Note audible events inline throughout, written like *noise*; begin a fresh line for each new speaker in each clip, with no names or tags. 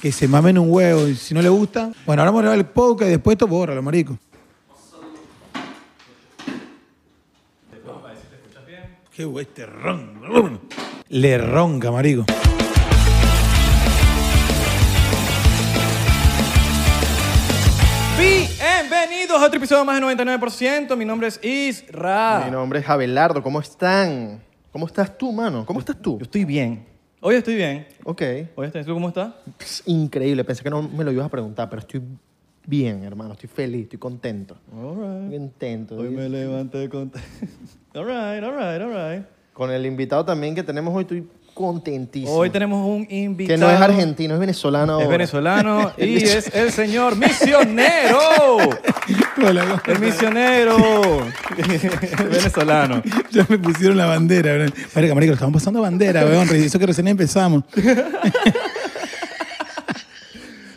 que se mamen un huevo y si no le gusta. Bueno, ahora vamos a grabar el podcast y después esto borra, marico. Qué güey, este ron. Le ronca, marico.
Bienvenidos a otro episodio más de 99%. Mi nombre es Isra.
Mi nombre es Abelardo, ¿cómo están? ¿Cómo estás tú, mano? ¿Cómo estás tú?
Yo estoy bien. Hoy estoy bien.
Ok.
Hoy estoy. ¿Tú cómo estás?
Es increíble, pensé que no me lo ibas a preguntar, pero estoy bien, hermano. Estoy feliz, estoy contento. Estoy contento.
Ah. Hoy me levanté con. *laughs* all right, all right, all right.
Con el invitado también que tenemos hoy, estoy contentísimo.
Hoy tenemos un invitado.
Que no es argentino, es venezolano.
Es
ahora. *laughs*
venezolano y es el señor misionero.
Hola,
El misionero.
*laughs*
*laughs* venezolano.
Ya me pusieron la bandera, weón. Marico, marico, lo estamos pasando bandera, weón. Eso que recién empezamos.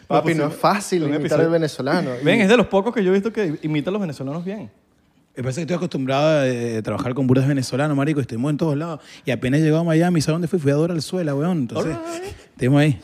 Papi, no es fácil
pues, Un
imitar
episodio.
al
*laughs*
venezolano. Y-
Ven, es de los pocos que yo he visto que imita a los venezolanos bien.
Me parece que estoy acostumbrado a eh, trabajar con puros venezolanos, marico. Estuvimos en todos lados. Y apenas llegó a Miami, ¿sabes dónde fui? Fui a Dora Alzuela, weón. Entonces, estuvimos ahí.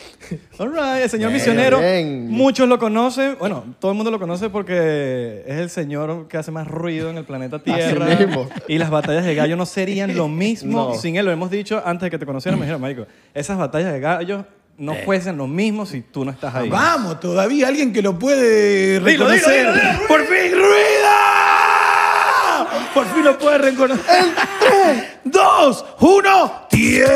All right, el señor
Bien,
misionero.
bien.
Muchos lo conocen. Bueno, todo el mundo lo conoce porque es el señor que hace más ruido en el planeta Tierra.
mismo.
Y las batallas de gallo no serían lo mismo
No.
sin él. Lo hemos dicho antes de que te conocieran. Me dijeron, Marico, esas batallas de gallo no
Eh.
fuesen lo mismo si tú no estás ahí.
Vamos, todavía alguien que lo puede
Dilo, dilo,
reconocer.
dilo, dilo.
¡Por fin, ruido! Por fin lo puede reconocer. ¡En 3, 2, 1, tiempo!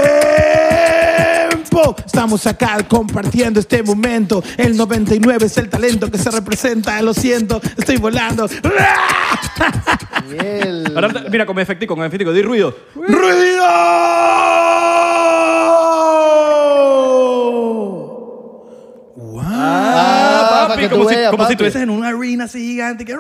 Estamos acá compartiendo este momento. El 99 es el talento que se representa. Lo siento, estoy volando.
Miel.
Ahora, mira, con mi efectico, con mi efectico, di ruido.
¡Ruido! ¡Wow!
Ah, para
papi,
que tú
como, si,
veas,
como si
papi.
estuvieses en una arena así gigante. Que...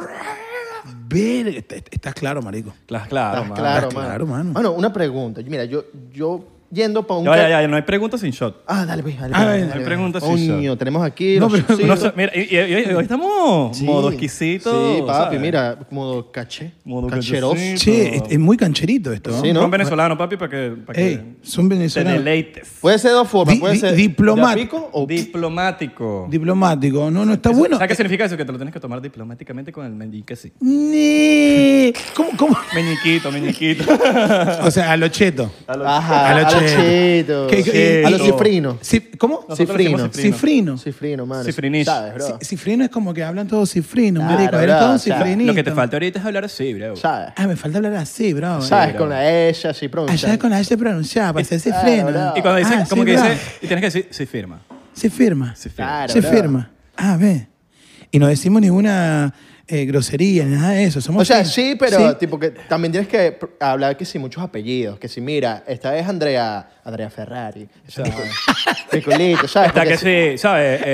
Ver, está- estás claro, marico.
Claro, claro,
Estás
man.
claro,
estás
mano.
claro, mano.
Mano, una pregunta. Mira, yo, yo yendo para un...
Ya, ya, ya, no hay preguntas sin shot.
Ah, dale, pues, dale.
Ah,
pues,
no
dale,
hay
pues.
preguntas, sí,
Coño, tenemos aquí...
No,
los
pero-
chocitos.
No sé, mira, y, y- y- hoy estamos
Sí.
modo exquisito.
Sí, papi,
¿sabes?
mira, modo caché.
Modo
cacheroso.
cachecito.
Che, es, es muy cancherito esto. ¿no?
Sí, ¿no?
Son venezolanos, papi, para que, para que
Ey, son
te
venezolanos.
deleites.
Puede ser dos formas,
Di-
puede
di-
ser
diplomat-
de a pico o
Diplomático.
Diplomático. No, no, está
Eso-
bueno.
¿Sabes qué significa eso? Que te lo tienes que tomar diplomáticamente con el meñique así.
Ni- ¿Cómo, cómo?
Meñiquito, meñiquito.
O sea, a lo cheto.
Ajá,
A
a
lo
los
cheto.
chetos.
¿Qué- qué-
A los
Cheto.
cifrinos.
Sí, ¿Cómo?
Nosotros
Cifrino.
decimos
Cifrino.
Cifrino, mano.
Cifrinish.
¿Sabes, bro?
Ci- Cifrino es como que hablan todos cifrino,
Claro,
marico. Eres
bro,
todo un
o sea,
cifrinito.
Lo que te falta ahorita es hablar así, bro.
¿Sabes?
Ah, me falta hablar así, bro.
¿Sabes? Con la ella, así pronto.
Allá con la H pronunciada, para ser cifrino.
bro.
Y cuando dice,
Ah,
como
sí,
que
bro.
dice, y tienes que decir, se firma.
Se firma.
Se firma.
Claro,
se
bro.
firma. Ah, ve. Y no decimos ninguna eh, grosería, ni nada de eso. Somos
O sea,
finos.
sí, pero tipo que también tienes que pr- hablar que si muchos apellidos, que si mira, esta es Andrea, Andrea Ferrari, esa es Nicol- Nicolito, ¿sabes?
Está
Porque
que sí, ¿sabes? Eh,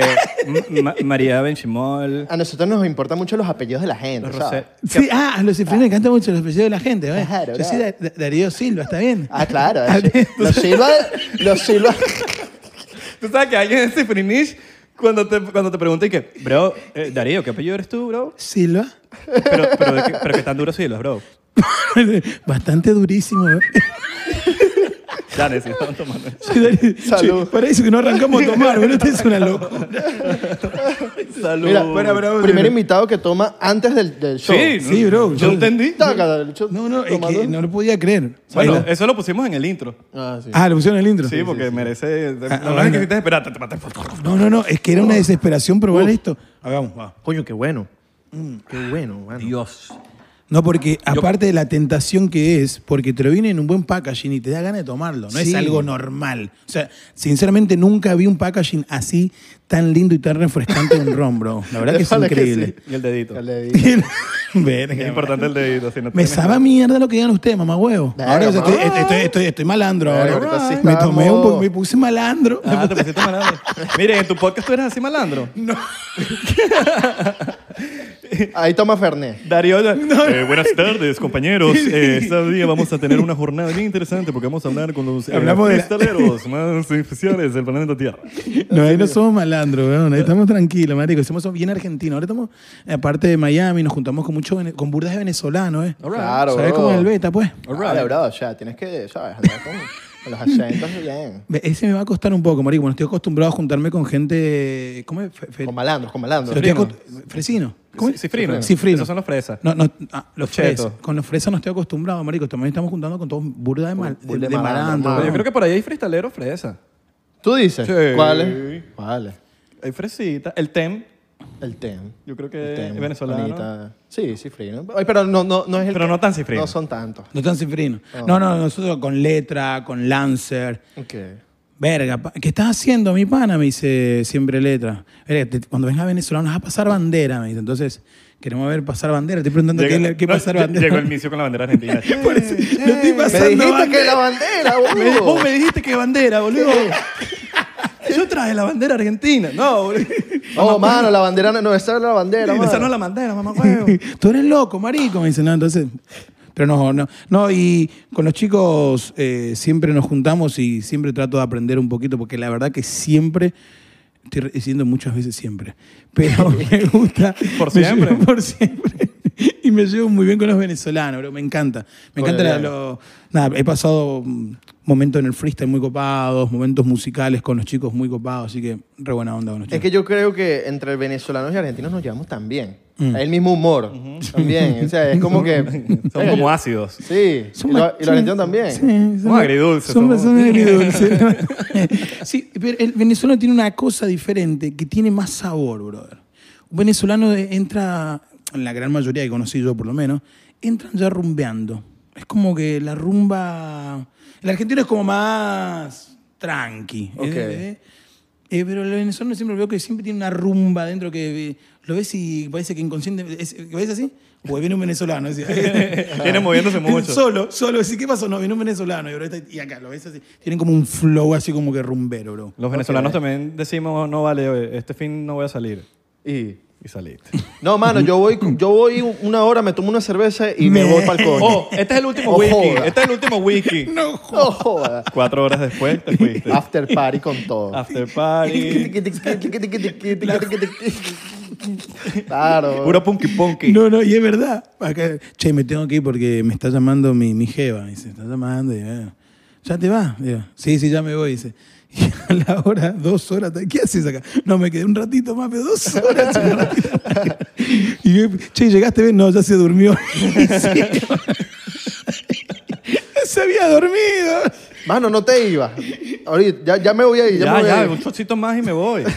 M- Ma- María Benchimol,
a nosotros nos importan mucho los apellidos de la gente,
los
¿sabes?
Rosé.
Sí, ah, a los cifrinos les encanta mucho los apellidos de la gente, ¿ves?
Claro,
Yo
bro.
sí, Da- Da- Darío Silva, ¿está bien?
Ah, claro.
*laughs* Ah,
sí.
bien.
Los Silva, los Silva,
*laughs* Tú sabes que alguien en Cifrinish, cuando te, cuando te pregunta y que, bro, eh, Darío, ¿qué apellido eres tú, bro?
Silva. *laughs*
Pero, pero, de que, pero que tan duros sí los, bro.
Bastante durísimo, ¿eh? ¿ves?
Dale, sí, estaban tomando.
Sí, *laughs* Darío-
Salud.
Sí, Parece que no arrancamos a tomar, bro. Esto es una locura.
Salud.
mira,
Bueno, bro,
primer
bro.
invitado que toma antes del, del show.
sí,
Sí, bro,
Yo
yo-
entendí.
Taca, el show
No, no, es
tomando.
que no lo podía creer.
Bueno,
Baila.
eso lo pusimos en el intro.
Ah, sí.
Ah, lo pusieron en el intro.
Sí, porque merece. No
Ah,
no
bueno.
necesitas esperar. Te- te- te-
No, no, no, es que era una
Oh.
desesperación probar esto. Hagamos, va.
Coño, qué bueno. Mm, qué bueno, mano.
Dios.
No, porque aparte de la tentación que es, porque te lo viene en un buen packaging y te da ganas de tomarlo, no es
Sí.
algo normal. O sea, sinceramente nunca vi un packaging así tan lindo y tan refrescante de un ron, bro. La verdad que es
*laughs* Ojalá que
increíble.
Y el dedito.
Ya
Es
le di.
*laughs* Verga,
importante el dedito. Si no
Me
tienes-
sabe a mierda lo que digan ustedes, mamá huevo.
Verga,
Ahora o sea,
mamá.
estoy, estoy, estoy, estoy malandro
Verga,
ahora.
ahorita sí
me
estamos.
tomé un poco, me puse malandro. *laughs*
Ah, te pusiste malandro. Mire, en tu podcast tú eres así malandro.
Ahí toma Fernet.
Darío. Eh, buenas tardes, compañeros. Eh, este día vamos a tener una jornada bien interesante porque vamos a hablar con los eh,
Hablamos de la-
cristaleros más especiales del planeta Tierra.
No, ahí no somos malandros, weón.
Ah.
Ahí estamos tranquilos, marico. Somos bien argentinos. Ahora estamos, eh, aparte de Miami, nos juntamos con muchos vene- con burdas de venezolanos, ¿eh?
All right.
Claro,
¿Sabes
bro.
cómo es el beta, pues?
All
All
right.
right. bro, o sea, tienes que, ¿sabes? Andar con, Con los acentos, bien.
Ve, Ese me va a costar un poco, marico. Bueno, estoy acostumbrado a juntarme con gente... ¿Cómo es? Fe- fe-
Con malandros, con malandros.
estoy
Frino.
acost- Fresino. ¿Cómo es?
Cifrino.
Cifrino.
Esos son los fresas.
No, no, ah, los
Cheto.
fresas. Con los fresas no estoy acostumbrado, marico. También estamos juntando con todos burda de, mal, de,
Burda de
de
malandro,
malandro,
Pero
mano.
yo
weón.
creo que por ahí hay freestaleros fresa.
¿Tú dices?
Sí.
¿Cuáles? ¿Cuáles?
Hay fresita. El TEM.
El TEM.
Yo creo
El
que
TEM,
es venezolano.
Juanita. Sí, cifrino. Ay, Pero no, no, no es el
Pero
que-
no tan cifrino.
No son tantos.
No tan cifrino.
Ah.
No, no, nosotros con letra, con lancer.
Ok.
Verga, pa- ¿qué estás haciendo, mi pana? Me dice siempre letra. Verga, te- cuando vengas a Venezuela nos vas a pasar bandera, me dice. Entonces, queremos ver pasar bandera. Estoy preguntando qué,
Llega-
le- qué
no,
pasar
lle-
bandera.
Llegó el misio con la bandera *laughs* argentina.
Por eso, no estoy
Me
pasando
dijiste que
bandera.
la bandera,
Me-
boludo.
Vos me dijiste que bandera, boludo. Yo traje la bandera argentina. No, boludo.
Oh, mano, la bandera no, no, esa es la bandera, mano.
Esa no es la bandera, mamá huevo.
Tú eres loco, marico, me dice. No, entonces... Pero no, no. No, y con los chicos eh, siempre nos juntamos y siempre trato de aprender un poquito porque la verdad que siempre... Estoy diciendo muchas veces siempre. Pero me gusta...
Por
me llevo
siempre.
por siempre. *laughs* Y me llevo muy bien con los venezolanos, bro. Me encanta. Me
Con
encanta
el
la- lo- Nada, he pasado mm, momentos en el freestyle muy copados, momentos musicales con los chicos muy copados, así que re buena onda con los
Es
chicos.
que yo creo que entre venezolanos y argentinos nos llevamos tan bien. Hay el mismo humor. También. O sea, es como que.
*laughs* Son como ácidos. *laughs*
Sí. Y,
Son
lo-
más-
y los argentinos también.
Sí, son
Somos
más-
agridulces,
Son, más-
somos.
son agridulces.
*laughs*
*laughs* sí, pero el venezolano tiene una cosa diferente que tiene más sabor, brother. Un venezolano de- entra, en la gran mayoría que conocí yo por lo menos, entran ya rumbeando. Es como que la rumba... El argentino es como más tranqui.
Ok.
¿eh? Eh, pero el venezolano siempre veo que siempre tiene una rumba dentro que eh, lo ves y parece que inconsciente... es- ¿Ves así? Pues viene un venezolano. así.
*laughs*
*laughs*
Viene moviéndose mucho.
Solo, solo. Así, ¿qué pasó? No, vino un venezolano y, bro, está- y acá lo ves así. Tienen como un flow así como que rumbero, bro.
Los venezolanos también decimos, no vale, oye, este fin no voy a salir.
Y.
Y *laughs* saliste.
No, mano, yo voy, yo voy una hora, me tomo una cerveza y me
Me-
voy para el coño.
Oh, este es el último
Oh,
wiki.
joda.
Este es el último *laughs* wiki.
No,
No joda.
Cuatro horas después te fuiste.
After party con todo.
After party.
claro.
Puro punky punky.
no, no, y es verdad. Acá, che, me tengo que ir porque me está llamando mi, mi jeva. Dice, está llamando. Y, eh, ¿Ya te vas? Digo, sí, sí, ya me voy. Dice. *laughs* Y a la hora, dos horas, ¿qué haces acá? No, me quedé un ratito más, pero dos horas. un ratito. *laughs* y yo, che, ¿llegaste? bien? No, ya se durmió. *laughs* se había dormido.
Mano, no te ibas. Ahorita, ya, ya me voy a ir. Ya,
Ya,
me voy a
ya,
ir.
un chocito más y me
*laughs*
voy.
*laughs*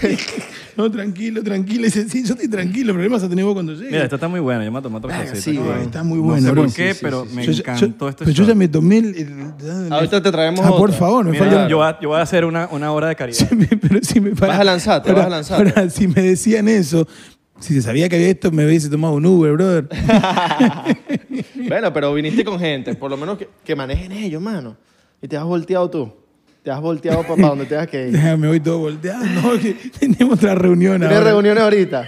No, tranquilo, tranquilo. Dice, sí, yo estoy tranquilo. El problema vas a tener vos cuando llegues.
Mira, esta está muy buena. Yo me voy a tomar otra
Verga,
cosita.
sí,
¿no?
güey.
Está muy
No
bueno,
sé
bro.
por
Sí,
qué,
sí,
pero
sí,
me
Yo ya-
encantó
yo-
este
Pero yo
shot.
ya me tomé el... el- el-
Ah, Ahorita te traemos
Ah, por
otra.
favor, me
Mira,
falta... *laughs*
yo, voy a, yo voy a hacer una, una hora de caridad.
pero si me para-
Vas a lanzarte, vas
Ahora-
a lanzarte.
ahora, si me decían eso, si se sabía que había esto, me hubiese tomado un Uber,
*laughs*
brother. *laughs*
Bueno, pero viniste con gente, por lo menos que, que manejen ellos, mano. Y te has volteado tú. Te has volteado para donde tengas
*laughs*
que ir.
me voy todo volteado. No, que *laughs* tenemos otra reunión
Tienes
ahora.
reuniones ahorita.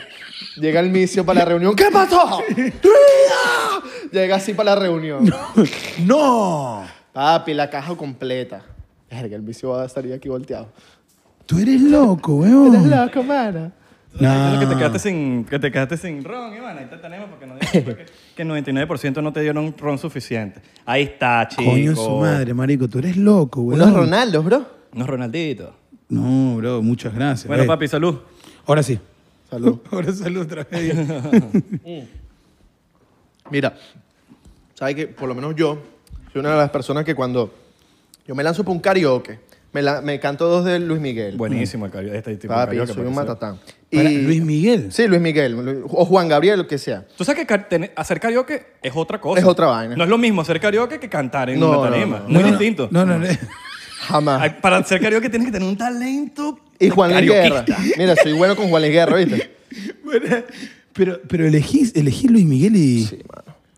Llega el misio para la reunión. ¿Qué pasó? Llega así para la reunión.
*laughs* ¡No!
Papi, la caja completa. Verga, el misio va a estar aquí volteado.
Tú eres loco, weón.
Eres loco, mano.
No.
Que te quedaste sin, que te quedaste sin ron, Iván. Ahí te tenemos porque no digas
*laughs*
que, que el 99% no te dieron ron suficiente. Ahí está, chico.
Coño su madre, marico. Tú eres loco, weón.
Unos Ronaldos, bro.
Unos Ronaldito.
No, bro, muchas gracias.
Bueno,
Eh,
papi, salud.
Ahora sí.
Salud.
Ahora salud otra
*laughs*
vez.
Mira, sabes que por lo menos yo soy una de las personas que cuando yo me lanzo para un karaoke, me, la- me canto dos de Luis Miguel.
Buenísimo el cabello. Este tipo de
Papi,
karaoke,
soy un
porque se-
matatán.
Para- Luis Miguel.
Sí, Luis Miguel. Lu- O Juan Gabriel, lo que sea.
Tú sabes que car- tener- hacer karaoke es otra cosa.
Es otra vaina.
No es lo mismo hacer karaoke que cantar en
No,
una tarima.
no, no.
Muy
No, no,
distinto.
No, no, *laughs* no.
Jamás.
Ay, Para hacer karaoke tienes que tener un talento.
Ah. Y Juan Luis Guerra.
karaokeista.
Mira, soy bueno con Juan Luis Guerra, ¿viste?
Bueno, pero, pero elegís, elegís Luis Miguel y.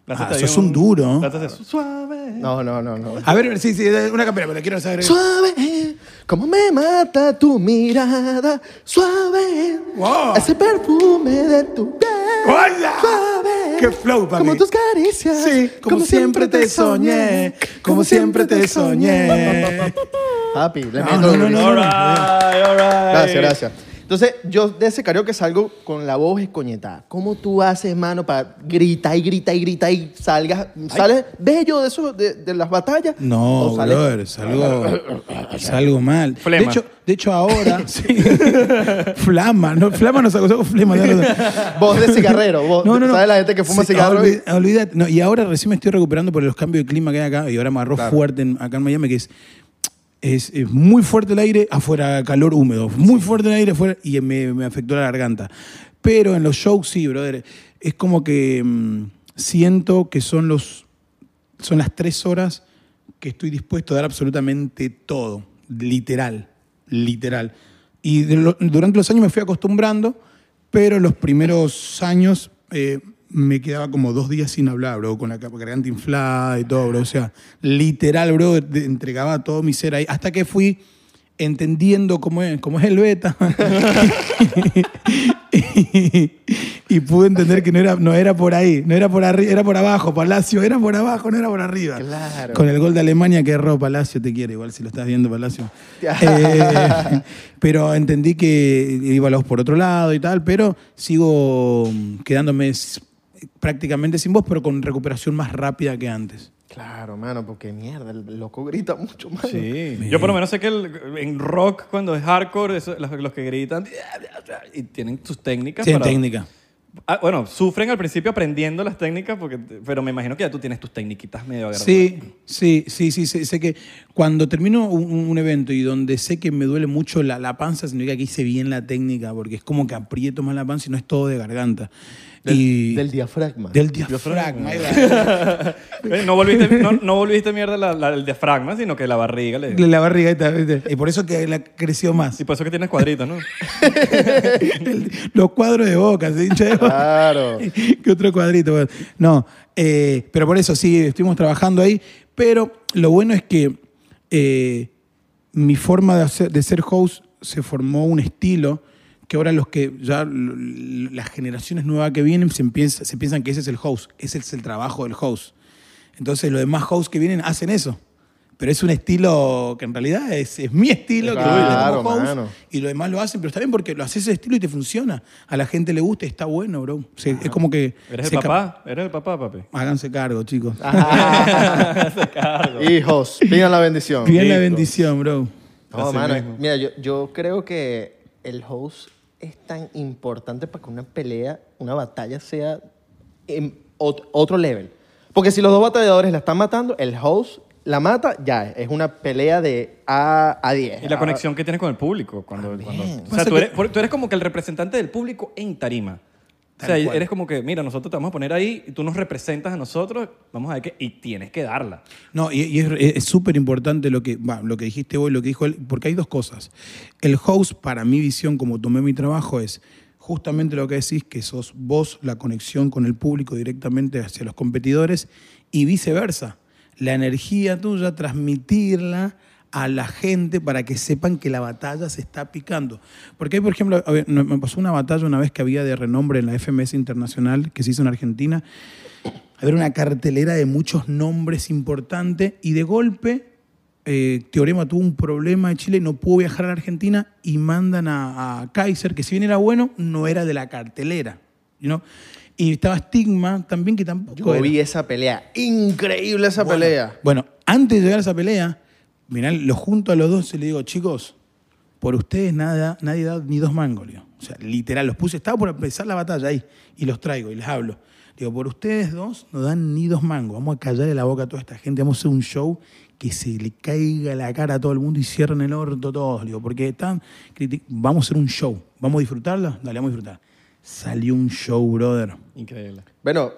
Lánzate
Ah,
ahí
sos un duro.
lánzate su- suave.
No, no, no, no.
A ver, sí, sí, una campera, pero quiero saber.
Suave, como me mata tu mirada. Suave,
Wow.
ese perfume de tu piel.
¡Hola!
Suave,
¡Qué flow, papi!
como tus caricias.
Sí, como, siempre te soñé, como siempre te soñé.
Papi, le
No, *laughs*
meto
no, no, no,
durísimo.
no.
All right, all right.
Gracias, gracias. Entonces, yo de ese karaoke salgo con la voz escoñetada. ¿Cómo tú haces, mano, para gritar y gritar y gritar y salgas, sales bello de, eso, de, de las batallas?
No,
¿O sales-
brother, salgo, salgo mal.
Flema.
De hecho, de hecho ahora, *laughs* sí. flama, no, flama no sacó, sacó flema. ya *laughs* lo-
Voz de cigarrero.
*laughs*
Voz, ¿Sabes la gente que fuma
sí,
cigarro? y-
olvi- olvídate. No, y ahora recién me estoy recuperando por los cambios de clima que hay acá. Y ahora me agarró fuerte en- acá en Miami, que es, es, es muy fuerte el aire, afuera calor húmedo. Muy fuerte el aire afuera y me, me afectó la garganta. Pero en los shows sí, brother. Es como que mm, siento que son, los, son las tres horas que estoy dispuesto a dar absolutamente todo. Literal. Literal. Y de lo- durante los años me fui acostumbrando, pero los primeros años eh, me quedaba como dos días sin hablar, bro, con la capa- garganta inflada y todo, bro. O sea, literal, bro, de- entregaba todo mi ser ahí. Hasta que fui entendiendo cómo es, cómo es el beta. y, pude entender que no era, no era por ahí, no era por arriba, era por abajo, Palacio, era por abajo, no era por arriba.
Claro.
Con el gol de Alemania que erró Palacio, te quiere, igual si lo estás viendo Palacio. Eh, pero entendí que iba los por otro lado y tal, pero sigo quedándome s- prácticamente sin voz, pero con recuperación más rápida que antes.
Claro, mano, porque mierda, el loco grita mucho, mano.
Sí. Yo por lo menos sé que el- en rock, cuando es hardcore, eso- los, los que gritan y tienen sus técnicas.
Sin
para-
técnica.
Ah, bueno, sufren al principio aprendiendo las técnicas, porque, pero me imagino que ya tú tienes tus tecniquitas medio agarradas.
Sí, sí, sí, sí, sé, sé que cuando termino un, un evento y donde sé que me duele mucho la, la panza, significa que hice bien la técnica, porque es como que aprieto más la panza y no es todo de garganta. y
Del diafragma.
del diafragma. ahí va.
Eh, No volviste, no, no volviste mierda la, la- el diafragma, sino que la barriga.
*laughs*
Le,
la barriga, esta, ¿viste? y por eso que la creció más. *laughs*
y por eso que tienes cuadritos, ¿no?
Los cuadros de boca, se hincha de boca.
Claro.
*laughs* que otro cuadrito. bueno. No, eh, pero por eso sí, estuvimos trabajando ahí. Pero lo bueno es que eh, mi forma de, hacer- de ser host se formó un estilo que ahora los que ya l- las generaciones nuevas que vienen se, empieza- se piensan que ese es el host, ese es el trabajo del host. Entonces los demás hosts que vienen hacen eso. Pero es un estilo que en realidad es, es mi estilo. que
Claro,
yo como host,
mano.
y los demás lo hacen, pero está bien porque lo haces ese estilo y te funciona. A la gente le gusta y está bueno, bro. Se- es como que.
Eres
se
el
esca-
papá, eres el papá, papi.
Háganse cargo, chicos.
Hijos, pidan la bendición.
bien la bendición, bro.
No,
Así
mano,
mismo.
mira, yo, yo creo que el host es tan importante para que una pelea, una batalla sea en ot- otro level. Porque si los dos batalladores la están matando, el host la mata, ya, es una pelea de A a 10.
Y la
Ah,
conexión que tienes con el público. Cuando, cuando- o sea,
Pasa
tú
que-
eres, por- tú eres como que el representante del público en tarima. O sea, eres como que, mira, nosotros te vamos a poner ahí, y tú nos representas a nosotros, vamos a ver qué, y tienes que darla.
No, y, y es- es súper importante lo que, va, lo que dijiste vos y lo que dijo él, porque hay dos cosas. El host, para mi visión, como tomé mi trabajo, es justamente lo que decís, que sos vos la conexión con el público directamente hacia los competidores y viceversa. La energía tuya, transmitirla a la gente para que sepan que la batalla se está picando. Porque hay, por ejemplo, a ver, me pasó una batalla una vez que había de renombre en la FMS Internacional que se hizo en Argentina, había una cartelera de muchos nombres importantes y de golpe eh, Teorema tuvo un problema en Chile, no pudo viajar a la Argentina y mandan a, a Kaiser, que si bien era bueno, no era de la cartelera. you know? Y estaba Stigma también, que tampoco
Ah, Yo
era.
vi esa pelea, increíble esa
Bueno,
pelea.
Bueno, antes de llegar a esa pelea, mirá, los junto a los dos y le digo, chicos, por ustedes nada, nadie da ni dos mangos. le digo. O sea, literal, los puse, estaba por empezar la batalla ahí, y los traigo y les hablo. Digo, por ustedes dos no dan ni dos mangos. Vamos a callarle la boca a toda esta gente, vamos a hacer un show que se le caiga la cara a todo el mundo y cierren el orto todos. le Digo, porque están. criti- Vamos a hacer un show. ¿Vamos a disfrutarlo? Dale, vamos a disfrutar. Salió un show, brother.
Increíble.
Bueno,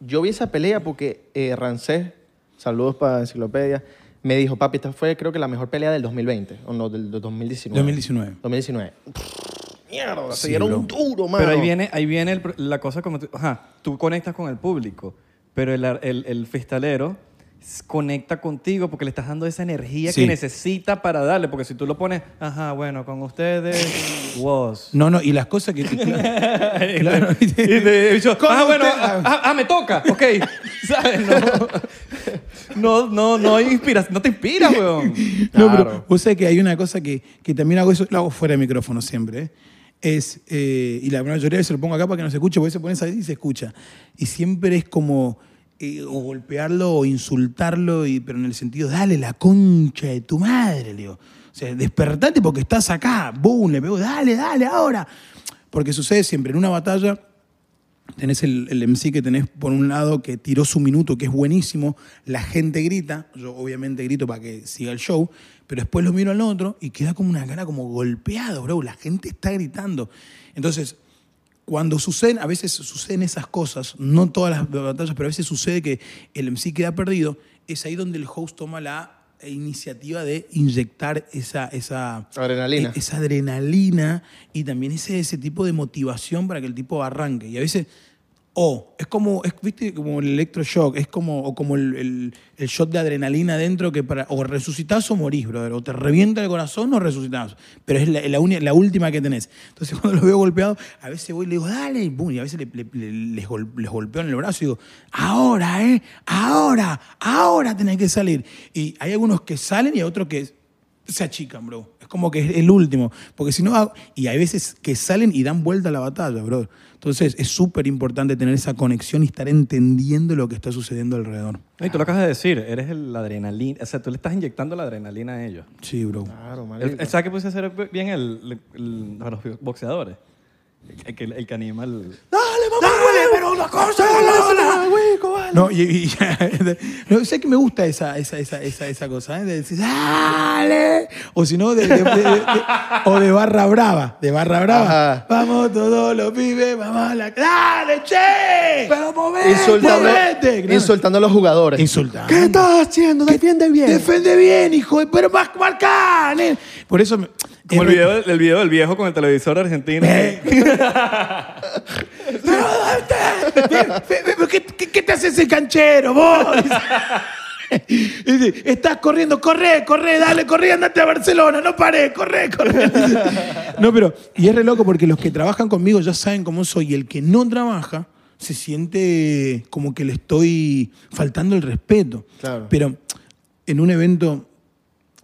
yo vi esa pelea porque eh, Rancés, saludos para Enciclopedia, me dijo, papi, esta fue creo que la mejor pelea del 2020, o no, del, del 2019.
2019.
2019. Pff, Mierda,
Sí,
se dieron
bro.
duro, mano.
Pero ahí viene, ahí viene el pro- la cosa como tú, ajá, tú conectas con el público, pero el, ar- el, el festalero s- conecta contigo porque le estás dando esa energía
Sí.
que necesita para darle, porque si tú lo pones, ajá, bueno, con ustedes, vos.
No, no, y las cosas que. *laughs* claro,
*laughs* y te- y te- y yo,
¿Cómo
ah, bueno,
usted-
ah, ah, ah, me toca, ok. *laughs* ¿Sabes? No, no, no, no, hay inspira- no te inspiras, weón.
No,
Claro.
pero vos sabés que hay una cosa que, que también hago eso, lo hago fuera de micrófono siempre. ¿eh? es, eh, y la mayoría se lo pongo acá para que no se escuche, porque se pone esa y se escucha. Y siempre es como eh, o golpearlo o insultarlo, y, pero en el sentido, dale la concha de tu madre, le digo. O sea, despertate porque estás acá. Boom, le pego, dale, dale, ahora. Porque sucede siempre, en una batalla tenés el, el MC que tenés por un lado que tiró su minuto, que es buenísimo, la gente grita, yo obviamente grito para que siga el show, pero después lo miro al otro y queda como una cara como golpeado, bro, la gente está gritando. Entonces, cuando suceden, a veces suceden esas cosas, no todas las batallas, pero a veces sucede que el MC queda perdido, es ahí donde el host toma la iniciativa de inyectar esa, esa
Adrenalina.
e- esa adrenalina y también ese, ese tipo de motivación para que el tipo arranque. Y a veces, o es como, es, viste, como el electroshock, es como, o como el, el- el shot de adrenalina dentro que para, o resucitás o morís, brother, o te revienta el corazón o resucitás, pero es la, la, uni- la última que tenés. Entonces *laughs* cuando lo veo golpeado, a veces voy y le digo, dale, y, boom, y a veces le- le- le- les, gol- les golpeo en el brazo y digo, ahora, eh, ahora, ahora tenés que salir. Y hay algunos que salen y hay otros que se achican, bro. Es como que es el último. Porque si no, ah, y hay veces que salen y dan vuelta a la batalla, bro. Entonces es súper importante tener esa conexión y estar entendiendo lo que está sucediendo alrededor.
No, y tú lo acabas de decir, eres el la adrenalina, o sea, tú le estás inyectando la adrenalina a ellos.
Sí, bro.
Claro,
El-
marico.
el- ¿Sabes qué puse a hacer bien el, el- a los boxeadores? El, que- el que anima el...
¡Dale, mamá! pero una cosa! No, y, y- *laughs* no, sé que me gusta esa, esa, esa, esa, esa cosa, ¿eh? De decir, ¡dale! O si no, de, de- de- de- o de barra brava, de barra brava.
Ajá.
Vamos todos los pibes, vamos a la... ¡Dale, che! ¡Pero
eh,
movete!
Insultando,
movete! Claro.
insultando a los jugadores.
Insultando.
estás haciendo? Defiende
Defiende bien, hijo, de- pero más marcá, nen. Por eso. me-
Como el
eh,
video, el video del viejo con el televisor argentino.
Eh. Pero, ¿dónde? Ve- ve- ve- ¿qué, qué- qué te hace ese canchero, vos? Y dice, Estás corriendo, corre, corre, dale, corre, andate a Barcelona, no paré, corre, corre. No, pero, y es re loco porque los que trabajan conmigo ya saben cómo soy, y el que no trabaja se siente como que le estoy faltando el respeto.
Claro.
Pero en un evento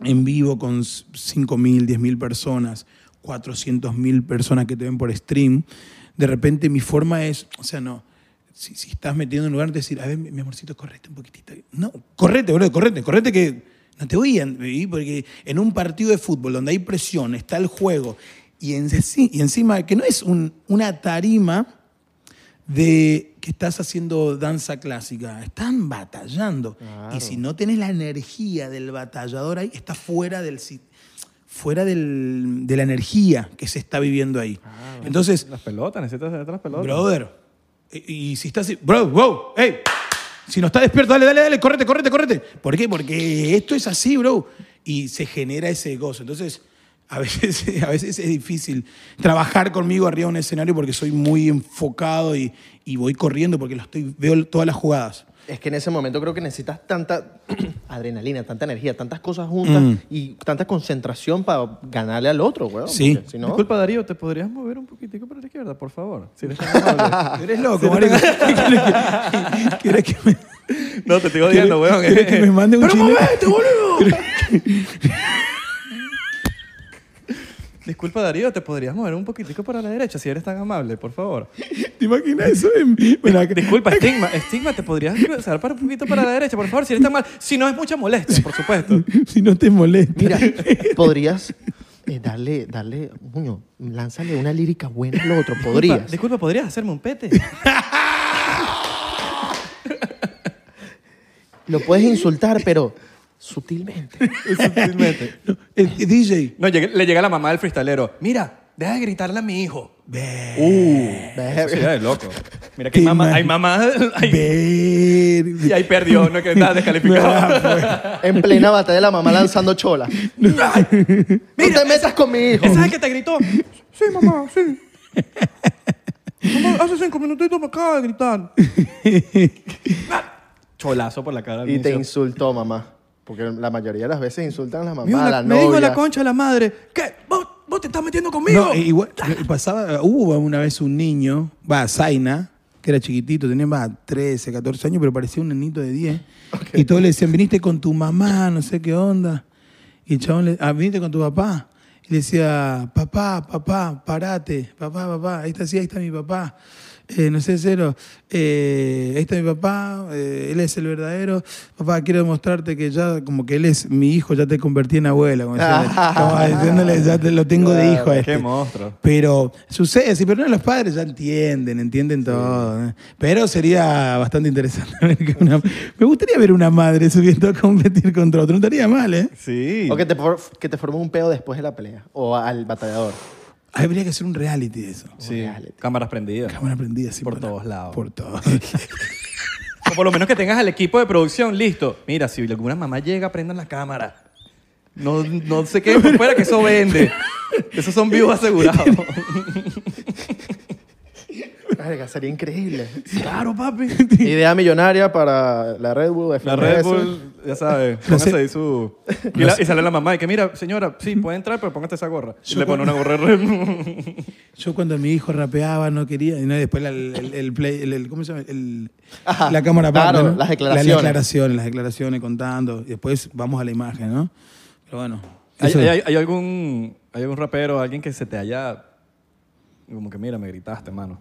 en vivo con 5.000, 10.000 personas, 400.000 personas que te ven por stream, de repente mi forma es, o sea, no, si, si estás metiendo en un lugar, decir, a ver, mi mi amorcito, correte un poquitito. No, correte, boludo, correte, correte que no te voy a ir, porque en un partido de fútbol donde hay presión, está el juego, y, en- y encima que no es un- una tarima de que estás haciendo danza clásica, están batallando.
Claro.
Y si no tenés la energía del batallador ahí, estás fuera del si- fuera del- de la energía que se está viviendo ahí. Entonces,
Las pelotas, necesitas hacer las pelotas.
brother, eh, y, y si estás, bro, wow, hey, si no está despierto, dale, dale, dale, correte, correte, correte. ¿Por qué? Porque esto es así, bro, y se genera ese gozo. Entonces, a *laughs* veces, a veces es difícil trabajar conmigo arriba de un escenario porque soy muy enfocado y, y voy corriendo porque lo estoy, veo todas las jugadas.
Es que en ese momento creo que necesitas tanta *clears throat* adrenalina, tanta energía, tantas cosas juntas
Mm.
y tanta concentración para ganarle al otro, weón.
Sí.
porque Si no,
Disculpa, Darío, ¿te podrías mover un poquitico para la izquierda, por favor? Si *laughs* eres tan amable.
Eres loco, marico. *laughs* ¿Quieres que, quieres que me...
no, te estoy odiando, weón.
¿Quieres que me mande un
¡Pero
chile?
movete, boludo! Disculpa, Darío, ¿te podrías mover un poquitico para la derecha si eres tan amable, por favor?
¿Te imaginas eso? En- Mira, que-
Disculpa, Estigma, Estigma, ¿te podrías cruzar para un poquito para la derecha, por favor? Si eres tan mal. Si no, es mucha molestia,
*laughs*
por supuesto.
*laughs* si no te molesta.
*laughs*
mira, podrías eh, darle, darle, muño, lánzale una lírica buena al otro,
Disculpa,
podrías.
disculpa, ¿podrías hacerme un pete?
Lo puedes insultar, pero sutilmente.
*laughs* Sutilmente.
*laughs* No, eh, eh, DJ.
No, llegué- le llega la mamá del freestalero. Mira, deja de gritarle a mi hijo.
Ver- Uh.
Eso sí era de loco. Mira que hay
Te
mamá,
imag-
hay mamá, hay-
ver-
y ahí perdió,
*laughs*
no que estaba
Ah,
descalificado.
pues.
En plena batalla de la mamá lanzando
*laughs*
chola.
é.
No te metas con mi hijo.
¿Ese es el que te gritó? Sí, mamá, sí. Mamá, hace cinco minutitos me acaba de gritar. Cholazo por la cara. al
Y te
inicio.
insultó, mamá. Porque la mayoría de las veces insultan a la mamá,
Mijo,
a
la-
la
me dijo
novia.
la concha de la madre. ¿Qué? ¿Vos, vos te estás metiendo conmigo?
No, eh, igual, eh, pasaba, hubo una vez un niño, va, Zaina, que era chiquitito, tenía va, 13, 14 años, pero parecía un nenito de 10. Y todos le decían, viniste con tu mamá, no sé qué onda. Y el chabón le, ah, viniste con tu papá. Y y le decía, papá, papá, parate, papá, papá, ahí está, sí, ahí está mi papá. Eh, no sé, cero. eh, ahí está mi papá, eh, él es el verdadero. Papá, quiero demostrarte que ya, como que él es mi hijo, ya te convertí en abuela. Como, diciendo- como diciéndole, ya te lo tengo de hijo a
Qué
este.
monstruo.
Pero sucede, si pero no, los padres ya entienden, entienden todo. ¿eh? Pero sería bastante interesante *laughs* ver que una- Me gustaría ver una madre subiendo a competir contra otra. No estaría mal, ¿eh?
Sí.
O que te, for- que te formen un pedo después de la pelea. O al batallador.
Habría que hacer un reality de eso.
Sí.
Reality.
Cámaras prendidas.
Cámara prendida así
Por todos lados.
Por todos.
O por lo menos que tengas al equipo de producción listo. Mira, si alguna mamá llega, prendan la cámara. No, no se queden por fuera que eso vende. Esos son vivos asegurados.
Verga, sería increíble.
*laughs* claro, papi. Eh,
Idea millonaria para la Red Bull.
La
FMS.
Red Bull,
*laughs*
ya sabes, póngase
sé.
ahí su... Y, la- y sale la mamá y que, mira, señora, sí, puede entrar, pero póngate esa gorra. Y
Yo
le pone una gorra de Red
*laughs*
Bull.
Yo cuando mi hijo rapeaba no quería, y no, después la- el, el, el play, el- el- ¿cómo se llama? El-
Ajá,
la cámara aparte,
claro,
¿no?
las declaraciones.
Las declaraciones, las declaraciones contando, y después vamos a la imagen, ¿no? Pero bueno.
¿Hay,
eso-
hay, hay algún, ¿Hay algún rapero, alguien que se te haya... Como que, mira, me gritaste, mano.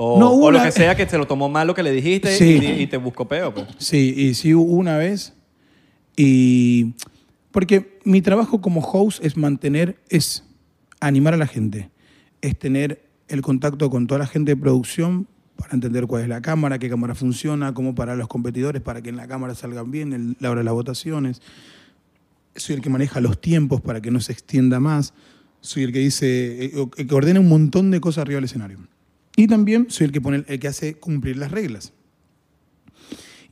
O,
No,
o
hubo
lo
una-
que sea que se lo tomó mal lo que le dijiste y-
Sí.
y, te buscó peo, pues.
Sí, y sí hubo una vez. Y porque mi trabajo como host es mantener, es animar a la gente, es tener el contacto con toda la gente de producción para entender cuál es la cámara, qué cámara funciona, cómo parar a los competidores para que en la cámara salgan bien, el- la hora de las votaciones. Soy el que maneja los tiempos para que no se extienda más. Soy el que dice, eh, o- que ordena un montón de cosas arriba del escenario. Y también soy el que, pone, el que hace cumplir las reglas.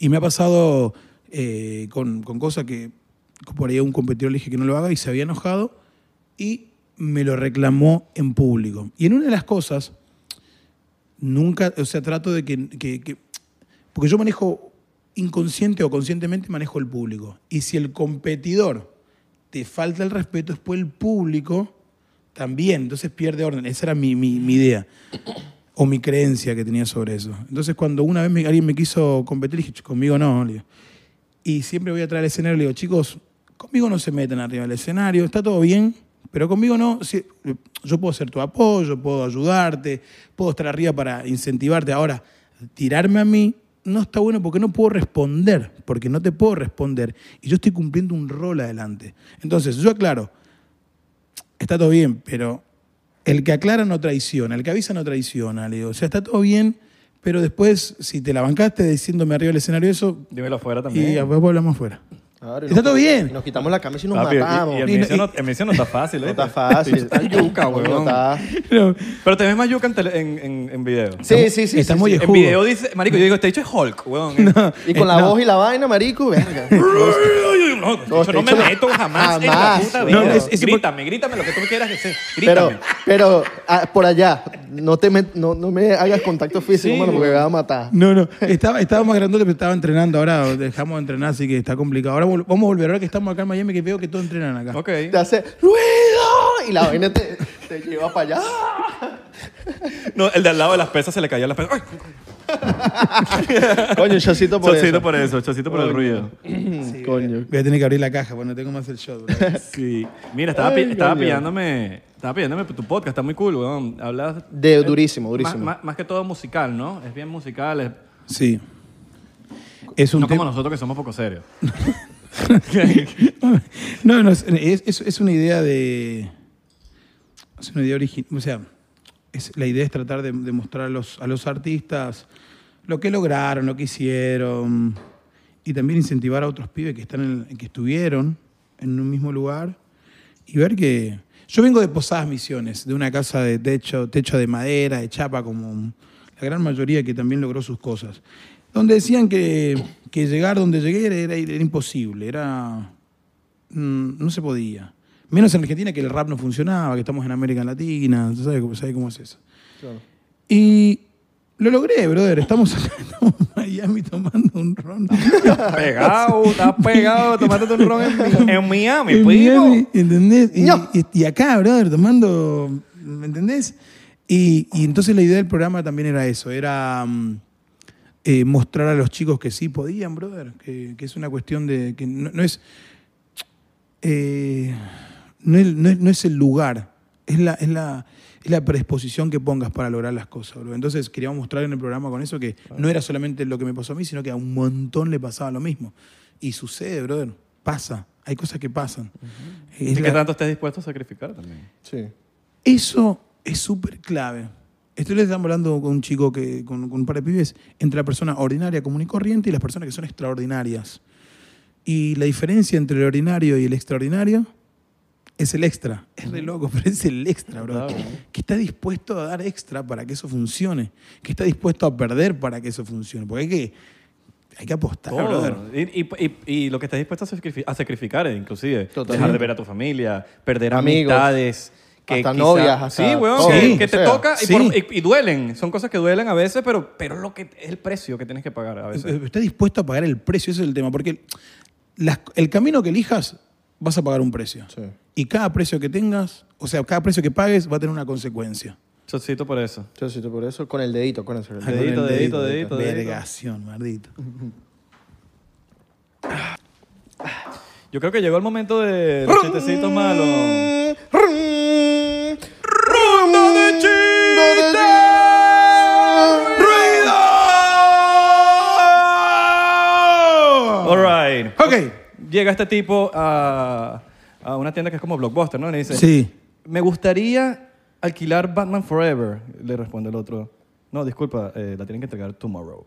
Y me ha pasado eh, con, con cosas que por ahí a un competidor le dije que no lo haga y se había enojado y me lo reclamó en público. Y en una de las cosas, nunca, o sea, trato de que, que- que- porque yo manejo inconsciente o conscientemente manejo el público. Y si el competidor te falta el respeto, después el público también, entonces pierde orden. Esa era mi, mi- mi idea o mi creencia que tenía sobre eso. Entonces cuando una vez me- alguien me quiso competir, dije, "Ch, conmigo no, le digo. y siempre voy a traer el escenario, y le digo, chicos, conmigo no se metan arriba del escenario, está todo bien, pero conmigo no, Si- yo puedo ser tu apoyo, puedo ayudarte, puedo estar arriba para incentivarte. Ahora, tirarme a mí no está bueno porque no puedo responder, porque no te puedo responder, y yo estoy cumpliendo un rol adelante. Entonces, yo aclaro, está todo bien, pero el que aclara no traiciona, el que avisa no traiciona, le digo. O sea, está todo bien, pero después, si te la bancaste diciéndome arriba del escenario eso,
Dímelo afuera también.
y después hablamos *laughs* afuera.
Claro, y
Está
nos-
todo bien.
Nos quitamos la camisa y nos
Papi, y-
matamos.
Y, el
Y-
inicio
y-
no, el inicio no está fácil,
No
¿eh?
está fácil.
Está yuca,
Coño,
weón.
está-
Pero,
Pero te ves más yuca en, tele- en, en- en video.
Sí, sí, sí.
está
sí,
muy
*laughs*
sí.
En video dice, marico, yo digo, este hecho es Hulk, weón. No,
Y con
Eh, *laughs*
la
no.
voz y la vaina, marico, verga.
no, no, yo no me
este hecho-
meto jamás, en la
jamás,
puta
weón.
vida.
No, es- es-
grítame, grítame lo que tú quieras decir. Grítame.
Pero, pero ah, por allá, no, te met- no, no me hagas contacto físico,
Sí,
mano, porque me
weón.
va a matar.
no, no, estaba, estaba más grandote, pero estaba entrenando. Ahora dejamos de entrenar, así que está complicado. Ahora vol- vamos a volver, ahora que estamos acá en Miami, que veo que todos entrenan acá.
Ok.
Te hace ruido y la vaina te, te lleva para allá.
No, el de al lado de las pesas se le cayó las pesas. ¡Ay!
Coño, chocito por
Chocito
eso. Mm,
por eso, chocito por el ruido.
Coño.
Voy a tener que abrir la caja, porque no tengo más el shot. bro.
Sí. Mira, estaba, pi-
Ay,
estaba
coño.
pillándome. Estaba pillándome tu podcast, está muy cool, weón. Hablas.
De durísimo, durísimo.
Más, más- más que todo musical, ¿no? Es bien musical, es-
Sí. Es un
no como
tema.
nosotros que somos poco
*laughs*
serios.
No, no, es, es- es una idea de. Es una idea original. O sea, es- la idea es tratar de, de mostrar a los, a los artistas lo que lograron, lo que hicieron. Y también incentivar a otros pibes que, están en- que estuvieron en un mismo lugar y ver que. Yo vengo de Posadas Misiones, de una casa de techo, techo de madera, de chapa, como la gran mayoría que también logró sus cosas. Donde decían que, que llegar donde llegué era, era- era imposible, era mm, no se podía. Menos en Argentina que el rap no funcionaba, que estamos en América Latina, ¿tú ¿sabes, cómo- sabes cómo es eso? Y lo logré, brother. Estamos acá, *laughs* estamos en Miami tomando un ron.
Ah, Pegado, estás pegado, tomándote un ron en, en Miami,
En
primo.
Miami, ¿entendés? Y,
No.
y- y acá, brother, tomando, ¿me entendés? Y, y entonces la idea del programa también era eso, era mm, eh, mostrar a los chicos que sí podían, brother, que, que es una cuestión de, que no, no es... eh, no es, no es- no es el lugar, es la, es, la, es la predisposición que pongas para lograr las cosas. bro. Entonces queríamos mostrar en el programa con eso que no era solamente lo que me pasó a mí, sino que a un montón le pasaba lo mismo. Y sucede, brother, pasa, hay cosas que pasan. Es
¿Y
la-
qué tanto estés dispuesto a sacrificar también?
Sí.
eso es súper clave. Esto le estamos hablando con un chico, que, con, con un par de pibes, entre la persona ordinaria, común y corriente y las personas que son extraordinarias. Y la diferencia entre el ordinario y el extraordinario es el extra. Es re loco, *laughs* pero es el extra, bro.
Claro.
Que está dispuesto a dar extra para que eso funcione. Que está dispuesto a perder para que eso funcione. Porque hay que, hay que
*laughs*
apostar,
Todo.
brother.
Y, y- y- y lo que estás dispuesto a, sacrifi- a sacrificar, eh, inclusive.
Total.
Dejar
Sí.
de ver a tu familia, perder
Amigos.
amistades. Que
Hasta
quizá-
novias, hasta
Sí, weón,
todo.
que,
Sí,
que
o
te
sea,
toca y,
sí.
por- y- y duelen. Son cosas que duelen a veces, pero, pero lo que, es el precio que tienes que pagar a
*laughs*
veces.
Estás Eh, dispuesto a pagar el precio, ese es el tema. Porque las- el camino que elijas, vas a pagar un precio.
Sí.
Y cada precio que tengas, o sea, cada precio que pagues va a tener una consecuencia.
Chocito por eso.
Yo siento por eso con el dedito, con el
Ah, Dedito,
Con el
dedito, dedito, dedito.
Vergación, maldito.
Yo creo que llegó el momento de los chistecitos malos.
¡Ronda de chistes!
¡Ruido!
All right.
Ok.
Llega este tipo a, a una tienda que es como Blockbuster, ¿no? Y le dice,
Sí.
me gustaría alquilar Batman Forever. Le responde el otro, no, disculpa, eh, la tienen que entregar tomorrow.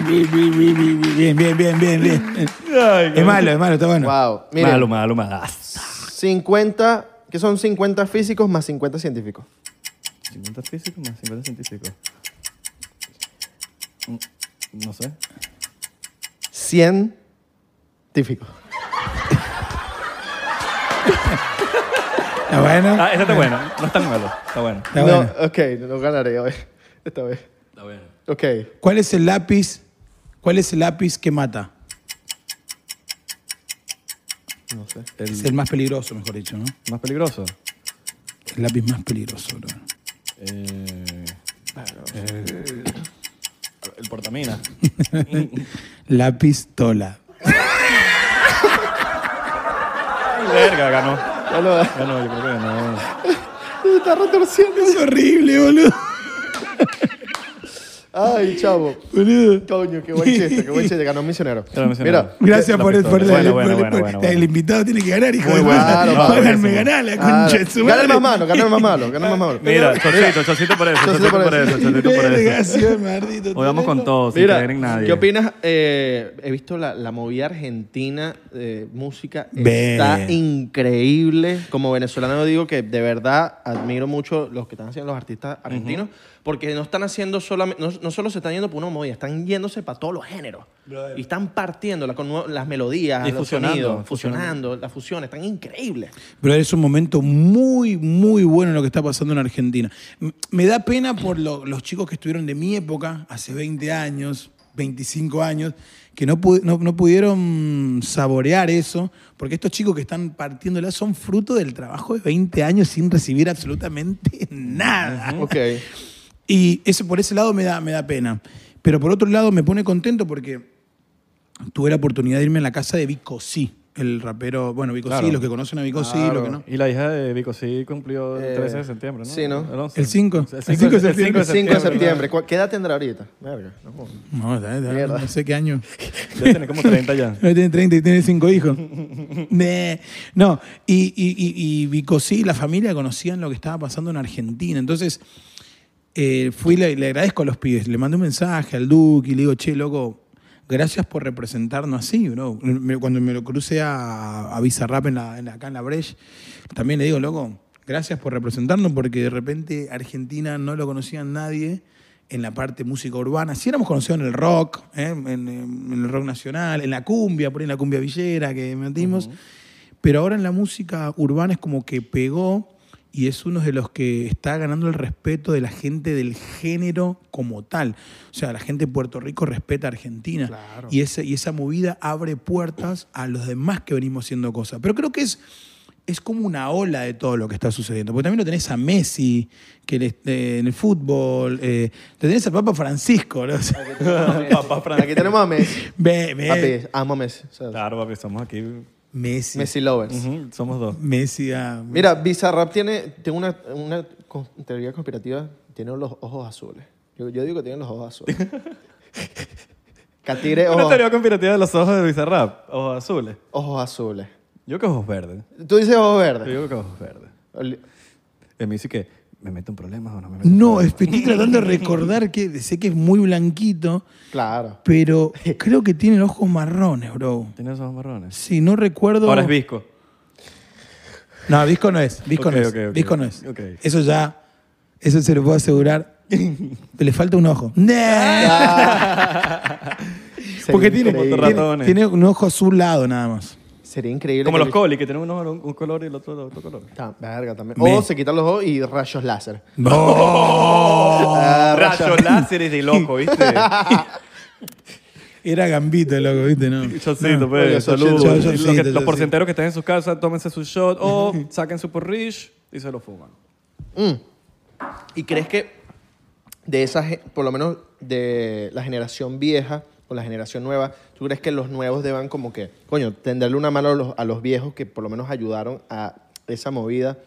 Bien, bien, bien, bien, bien. Es malo, es malo, está bueno.
Wow, miren,
Malo, malo, malo.
50, que son 50 físicos más 50 científicos.
50 físicos más 50 científicos. Mm, No sé.
100 científicos.
Está bueno.
Ah, ese está bueno. No es tan malo. Está bueno.
Está
no,
bueno.
ok, no ganaré hoy. Esta vez.
Está bueno.
Ok.
¿Cuál es el lápiz? ¿Cuál es el lápiz que mata?
No sé.
Es el más peligroso, mejor dicho, ¿no?
Más peligroso.
El lápiz más peligroso, bro.
Eh, el portamina.
La pistola.
*laughs* Verga, ganó.
Ya lo *laughs* ¡Uh,
Ganó, yo creo que ganó.
Está retorciendo.
Es horrible, boludo.
Ay, chavo.
Boludo.
Coño, qué buen chiste, qué buen chiste. Ganó un misionero.
Ganó un misionero.
Mira.
Gracias
La
por,
pistola.
por- por-
Bueno,
por-
bueno,
por-
bueno, bueno,
El
bueno.
invitado tiene que ganar, hijo
Muy
de
bueno,
madre.
claro,
Páganme,
clarísimo.
ganá la
Ah,
concha de su
Gana el
madre.
más malo, gana el más malo, gana el más malo.
Mira, chocito, chocito por eso,
Chocito
chocito
por
por
eso.
eso, chocito por eso.
Vergación,
*laughs*
maldito.
Hoy vamos con todo, sin
Mira,
creer en nadie.
¿qué opinas? Eh, he visto la, la movida argentina de música.
Ve.
Está increíble. Como venezolano digo que de verdad admiro mucho los que están haciendo los artistas argentinos porque no están haciendo solamente, no, no solo se están yendo por una movida, están yéndose para todos los géneros. Y están partiéndola con nue- las melodías,
Y
los
fusionando,
sonidos,
fusionando.
fusionando, las fusiones. Están increíbles.
Pero es un momento muy, muy bueno lo que está pasando en Argentina. M- Me da pena por lo- los chicos que estuvieron de mi época, hace 20 años, 25 años, que no, pu- no, no pudieron saborear eso, porque estos chicos que están partiéndola son fruto del trabajo de 20 años sin recibir absolutamente *laughs*
¿Eh?
nada.
Ok.
Y eso por ese lado me da, me da pena. Pero por otro lado me pone contento porque tuve la oportunidad de irme a la casa de Vico Sí, el rapero, bueno, Vico
Claro.
Sí, los que conocen a Vico Sí,
Claro.
los que no.
Y la hija de Vico sí cumplió el
Eh,
13 de septiembre, ¿no?
sí, ¿no?
El 11.
El cinco.
El
El
5
cinco
de
de
septiembre.
*laughs*
septiembre.
5 de septiembre. ¿Cu- ¿Qué edad tendrá ahorita? Verga, no jodas.
No, da- da-
Mierda.
no sé qué año.
*laughs*
Ya tiene como 30 ya.
Ahora tiene 30 y tiene 5 hijos. Nah. no, y, y, y, y Vico Sí y la familia conocían lo que estaba pasando en Argentina. Entonces, eh, fui, le, le agradezco a los pibes. Le mandé un mensaje al Duque y le digo, che, loco, gracias por representarnos así, bro. Me- Cuando me lo crucé a, a Bizarrap en la, en la- acá en la Breche, también le digo, loco, gracias por representarnos porque de repente Argentina no lo conocía nadie en la parte música urbana. Si éramos conocidos en el rock, ¿eh? en, en- en el rock nacional, en la cumbia, por ahí en la cumbia villera que metimos. Pero ahora en la música urbana es como que pegó y es uno de los que está ganando el respeto de la gente del género como tal. O sea, la gente de Puerto Rico respeta a Argentina. Y, ese, y esa movida abre puertas a los demás que venimos haciendo cosas. Pero creo que es es como una ola de todo lo que está sucediendo. Porque también lo tenés a Messi que le- eh, en el fútbol, eh, lo tenés al Papa Francisco. ¿no? O sea,
Papá Francisco.
Aquí tenemos a Messi.
*laughs* ve- ve-
Papi, amo a Messi. o sea,
Claro, papi, estamos aquí.
Messi. Messi.
Messi lovers.
Ujú, Somos dos.
ah,
Mira, Bizarrap tiene, tiene una, una con- teoría conspirativa. Tiene los ojos azules. Yo, yo digo que tiene los ojos
*laughs*
azules. Catire,
Una
ojos,
teoría conspirativa de los ojos de Bizarrap. Ojos azules.
ojos azules.
Yo que ojos verdes.
Tú dices ojos
Yo
verdes.
digo que ojos verdes.
Oli-
Él me dice que me meto en problemas o no me meto en
No,
problemas?
estoy tratando de recordar que sé que es muy blanquito,
Claro.
*laughs*
pero creo que tiene ojos marrones, bro.
Tiene esos marrones.
Sí, no recuerdo.
Ahora es visco.
No, disco no es. Disco
Ok,
no es.
ok, ok.
disco no es.
Ok.
Eso ya. Eso se lo puedo
*laughs*
asegurar. Le falta un ojo. ¡Nee!
Sería
Porque tiene,
increíble.
motorra-
tiene,
ratones.
tiene un ojo azulado nada más.
Sería increíble.
Como
que
los
Luis-
colis, que tienen uno un, un color y el otro de otro color.
Ta- verga, también.
Me-
O se quitan los ojos y rayos láser.
¡No!
Ah,
Rayos láseres de loco, *laughs* ¿viste?
*laughs* Era gambito, loco, ¿viste? No.
Chocito,
No.
Oye,
pues,
shotcito,
salud.
shotcito,
Y los, que- los
shotcito.
porcenteros que están en sus casas, tómense su shot o saquen su porridge y se lo fuman.
Mm. ¿Y crees que de esa, ge- por lo menos de la generación vieja o la generación nueva, tú crees que los nuevos deban como que, coño, tenderle una mano a los, a los viejos que por lo menos ayudaron a esa movida?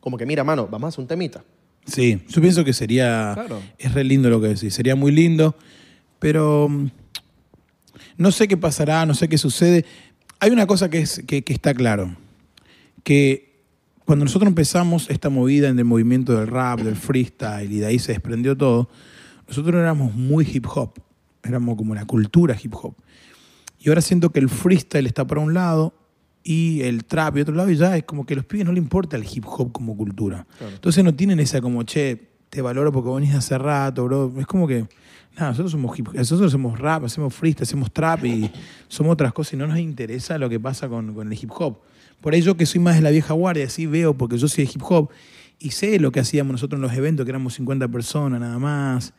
Como que, mira, mano, vamos a hacer un temita.
Sí, yo pienso que sería.
Claro.
Es re lindo lo que decís, sería muy lindo, pero mm, no sé qué pasará, no sé qué sucede. Hay una cosa que, es, que, que está claro: que cuando nosotros empezamos esta movida en el movimiento del rap, del freestyle, y de ahí se desprendió todo, nosotros éramos muy hip hop, éramos como una cultura hip hop. Y ahora siento que el freestyle está para un lado y el trap y otro lado, y ya es como que a los pibes no le importa el hip hop como cultura. Entonces no tienen esa como, che, te valoro porque venís de hace rato, bro. Es como que, nada, nosotros somos hip nosotros hacemos rap, hacemos freestyle, hacemos trap y somos otras cosas y no nos interesa lo que pasa con, con el hip hop. Por ahí yo que soy más de la vieja guardia, sí veo, porque yo soy de hip hop y sé lo que hacíamos nosotros en los eventos, que éramos 50 personas nada más.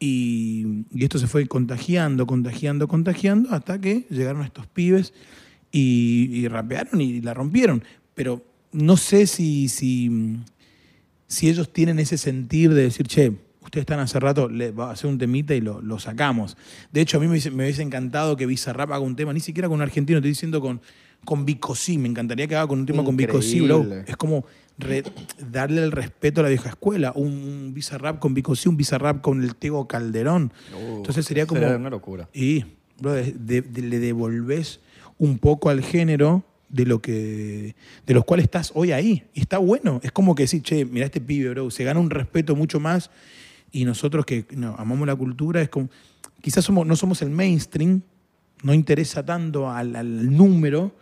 Y, y esto se fue contagiando, contagiando, contagiando, hasta que llegaron estos pibes y, y rapearon y la rompieron. Pero no sé si, si, si ellos tienen ese sentir de decir, che, ustedes están hace rato, le va a hacer un temita y lo, lo sacamos. De hecho, a mí me hubiese, me hubiese encantado que Bizarrap haga un tema, ni siquiera con un argentino, estoy diciendo con, con Bicosí, me encantaría que haga con un tema con Bicosí, bro.
Increíble.
Es como re- darle el respeto a la vieja escuela, un, un Bizarrap con Bicosí, un Bizarrap con el Tego Calderón.
Uh,
Entonces sería como...
Sería una locura.
Y, bro, de- de- de- le devolvés un poco al género de lo que de los cuales estás hoy ahí. Y está bueno. Es como que decir, che, mira este pibe, bro, se gana un respeto mucho más. Y nosotros que no, amamos la cultura, es como. Quizás somos, no somos el mainstream, no interesa tanto al, al número,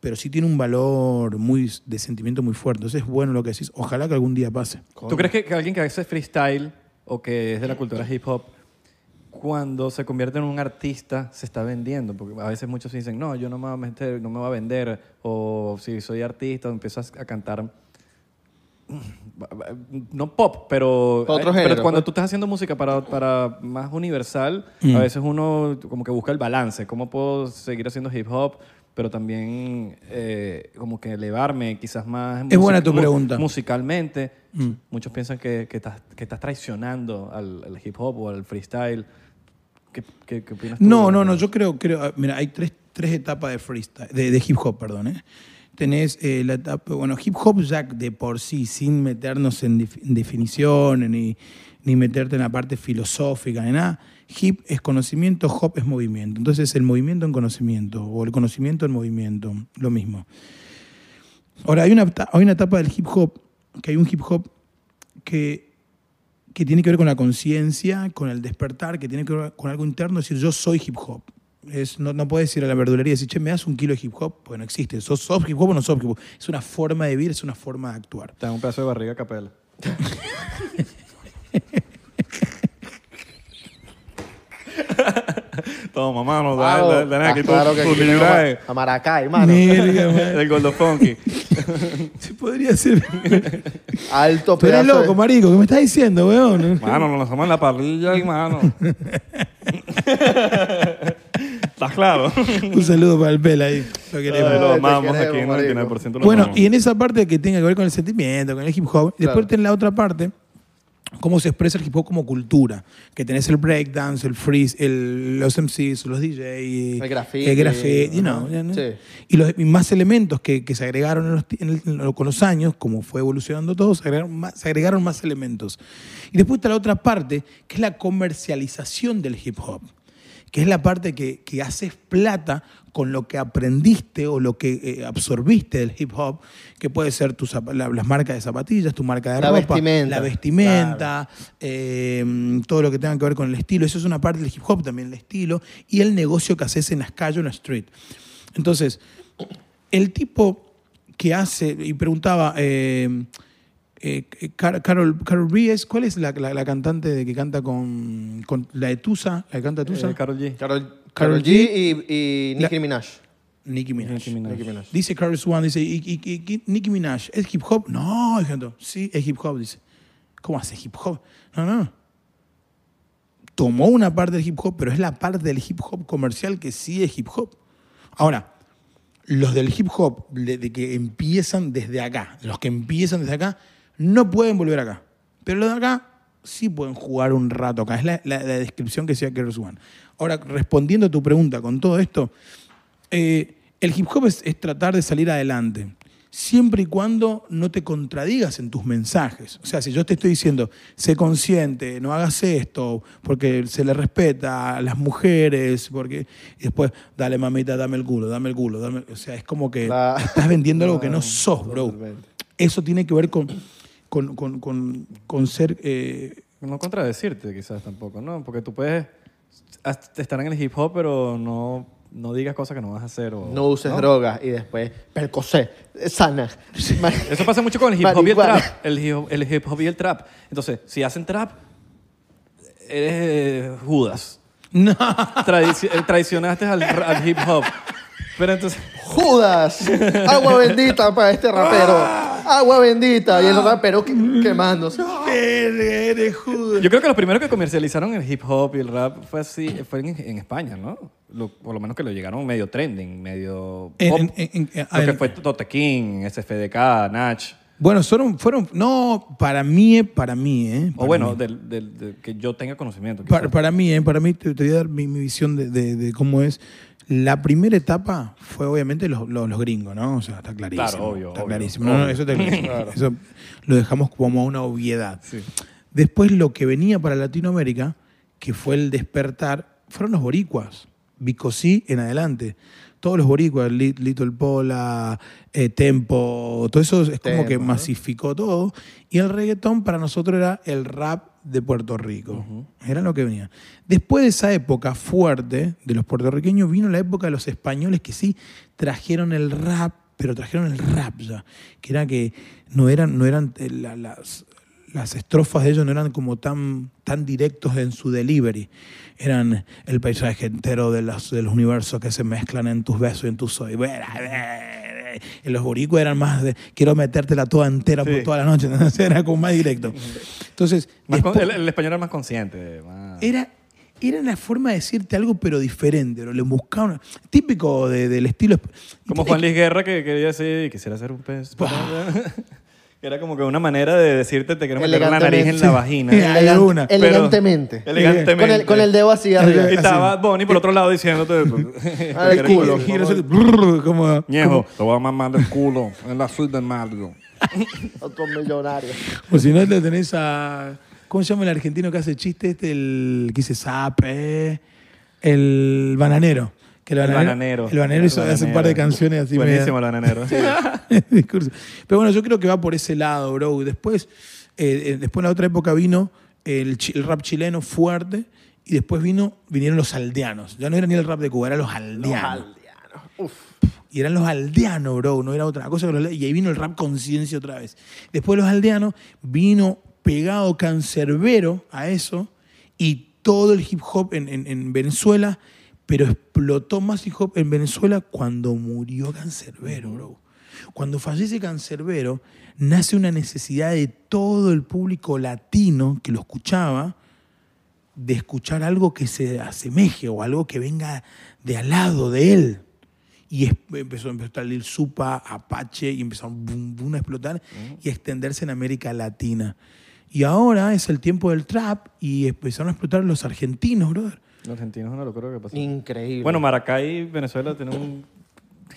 pero sí tiene un valor muy de sentimiento muy fuerte. Entonces es bueno lo que decís. Ojalá que algún día pase.
¿Tú crees que, que alguien que hace freestyle o que es de la cultura hip hop, cuando se convierte en un artista, se está vendiendo? Porque a veces muchos dicen, no, yo no me voy a, meter, no me voy a vender, o si soy artista, empiezo a cantar. mm, No pop, pero, eh,
Otro
pero
género,
cuando
pues.
tú estás haciendo música para, para más universal,
Mm.
a veces uno como que busca el balance. ¿Cómo puedo seguir haciendo hip hop, pero también eh, como que elevarme quizás más
Es buena
music-
tu
mu-
pregunta. Mm.
Musicalmente, muchos piensan que, que estás, que estás traicionando al, al hip hop o al freestyle. ¿Qué, qué- qué opinas tú?
No, no, no, yo creo, creo, ah, mira, hay tres, tres etapas de freestyle, de, de hip hop, perdón, ¿eh? Tenés eh, la etapa, bueno, hip hop ya de por sí, sin meternos en, def- en definiciones, ni, ni meterte en la parte filosófica, ni nada. Hip es conocimiento, hop es movimiento. Entonces, el movimiento en conocimiento, o el conocimiento en movimiento, lo mismo. Ahora, hay una, eta- hay una etapa del hip hop, que hay un hip hop que que tiene que ver con la conciencia, con el despertar, que tiene que ver con algo interno, es decir, yo soy hip hop. Es, no, no puedes ir a la verdulería y decir, che, me das un kilo de hip hop, porque no existe. ¿Sos, sos hip hop o no sos hip hop? Es una forma de vivir, es una forma de actuar.
Te dan un pedazo de barriga a capela. *laughs* Toma, mano.
Claro,
dale, dale aquí
ah,
tu-
claro que
tu
aquí
*laughs*
tenemos
libraje.
a a Maracay, mano.
Mierda, man.
El Goldo Funky.
Se podría hacer.
Alto
Pero eres
pedazo de-
loco, marico, ¿qué me estás diciendo,
*laughs*
weón? *laughs*
Mano, nos lanzamos en la parrilla y mano.
¿Estás claro?
Un saludo para el Pel ahí. Lo queremos.
Lo
te
amamos
queremos,
aquí en
marico.
99% lo
Bueno,
amamos.
y en esa parte que tenga que ver con el sentimiento, con el hip hop, después en la otra parte, cómo se expresa el hip hop como cultura, que tenés el breakdance, el freeze, el, los MCs, los DJs, el
graffiti,
el graffiti, you
ajá.
know, you know.
Sí.
y los y más elementos que, que se agregaron en los ti- en el- en lo- con los años, como fue evolucionando todo, se agregaron, más, se agregaron más elementos. Y después está la otra parte, que es la comercialización del hip hop que es la parte que, que haces plata con lo que aprendiste o lo que eh, absorbiste del hip hop, que puede ser tus zap- la- las marcas de zapatillas, tu marca de
La
ropa,
vestimenta.
la vestimenta, eh, todo lo que tenga que ver con el estilo. Eso es una parte del hip hop también, el estilo, y el negocio que haces en las calles, en la street. Entonces, el tipo que hace, y preguntaba, eh, eh, Car- Carol, Carol Ries, ¿cuál es la, la- la cantante de que canta con, con la de Tusa? ¿La que canta Tusa?
Eh, Karol G.
Carol,
Karol
Karol
G
G y, y
La-
Nicki Minaj.
Nicki Minaj.
Nicki Minaj.
Nicki Minaj.
Dice Carrie Swan, dice, y, y- y- y- Nicki Minaj, ¿es hip hop? No, ejemplo, sí, es hip hop, dice. ¿Cómo hace hip hop? No, no. Tomó una parte del hip hop, pero es la parte del hip hop comercial que sí es hip hop. Ahora, los del hip hop, de, de que empiezan desde acá, los que empiezan desde acá, no pueden volver acá. Pero los de acá sí pueden jugar un rato acá. Es la, la- la descripción que hacía Carrie Swan. Ahora, respondiendo a tu pregunta con todo esto, eh, el hip hop es, es tratar de salir adelante, siempre y cuando no te contradigas en tus mensajes. O sea, si yo te estoy diciendo, sé consciente, no hagas esto, porque se le respeta a las mujeres, porque y después, dale mamita, dame el culo, dame el culo, dame... O sea, es como que
La-
estás vendiendo algo que no sos, bro.
totalmente.
Eso tiene que ver con, con, con- con- con ser... eh, *laughs*
No contradecirte quizás tampoco, ¿no? Porque tú puedes hasta estar en el hip hop, pero no, no digas cosas que no vas a hacer. O,
No uses drogas y después percocé, sana.
Eso pasa mucho con el hip hop y el
Marihuana.
trap. El hip, el hip hop y el trap. Entonces, si hacen trap, eres eh, Judas.
no.
Tradici- eh, traicionaste al, ra- al hip hop. Pero entonces,
Judas, agua bendita para este rapero. Agua bendita. Y el "Ah, rapero que- quemándose.
Eres judo.
yo creo que los primeros que comercializaron el hip hop y el rap fue así, fue en, en España, ¿no? Lo- por lo menos que lo llegaron medio trending, medio
En-
pop.
en- en- en-
lo que
en-
fue Tote King, SFDK, Nach.
Bueno, fueron, fueron, no, para mí, eh, para mí, ¿eh?
O bueno, del, del- del- que yo tenga conocimiento. quizás.
Para, para mí, ¿eh? para mí, te, te voy a dar mi, mi visión de, de- de cómo es. La primera etapa fue obviamente los, los- los gringos, ¿no? O sea, está clarísimo.
Claro, obvio,
Está
obvio,
clarísimo. No, no,
obvio.
eso está clarísimo. Eso lo dejamos como una obviedad. Después lo que venía para Latinoamérica, que fue el despertar, fueron los boricuas. Bicosí en adelante. Todos los boricuas, Li- Little Pola, eh, Tempo, todo eso es como
Tempo,
que
¿no?
masificó todo. Y el reggaetón para nosotros era el rap de Puerto Rico. Era lo que venía. Después de esa época fuerte de los puertorriqueños, vino la época de los españoles que sí trajeron el rap, pero trajeron el rap ya. Que era que no eran, no eran eh, la- las, las estrofas de ellos no eran como tan, tan directos en su delivery. Eran el paisaje entero de los, de los universos que se mezclan en tus besos y en tus soy. Y los boricuas eran más de quiero metértela toda entera por toda la noche. *laughs* Entonces era como más directo. Entonces,
Más con-
después-
el, el español era más consciente. más-
era, era la forma de decirte algo, pero diferente. Lo- Le buscaban. Típico de- del estilo.
Como Juan Luis Guerra que quería decir, quisiera ser un pez. Era como *laughs* que una manera de decirte, te quiero meter una nariz en la vagina.
Sí. Hay
Elegan-
alguna.
Pero-
Ah, elegantemente.
elegantemente.
Con el, con el dedo así
Y
Así.
arriba.
estaba Bonnie por otro lado diciéndote. *laughs*
Al culo.
Y era así, brrr, como-
Ñejo, te voy a mamar el culo en la suite del Mario.
Otro millonario.
O si no, lo tenés a. ¿Cómo se llama el argentino que hace chiste? Este, el que dice sape. El bananero. Que el,
El
bananero,
bananero.
El bananero hizo- hace un par de canciones así.
Buenísimo
media- *laughs*
el bananero.
discurso. Pero bueno, yo creo que va por ese lado, bro. Y Después, eh, eh, después en la otra época vino el, chi- el rap chileno fuerte y después vino, vinieron los aldeanos. Ya no era ni el rap de Cuba, eran los aldeanos. Y eran los aldeanos, bro, no era otra cosa. que los- Y ahí vino el rap conciencia otra vez. Después de los aldeanos vino pegado cancerbero a eso y todo el hip hop en, en- en Venezuela, pero explotó más hip hop en Venezuela cuando murió cancerbero, bro. Cuando fallece cancerbero, nace una necesidad de todo el público latino que lo escuchaba de escuchar algo que se asemeje o algo que venga de al lado de él. Y es- empezó, empezó a salir Supa, Apache, y empezaron boom, boom, a explotar y a extenderse en América Latina. Y ahora es el tiempo del trap y empezaron a explotar los argentinos, brother.
*laughs* Los argentinos es una locura que pasó.
Increíble.
Bueno, Maracay, Venezuela, tiene un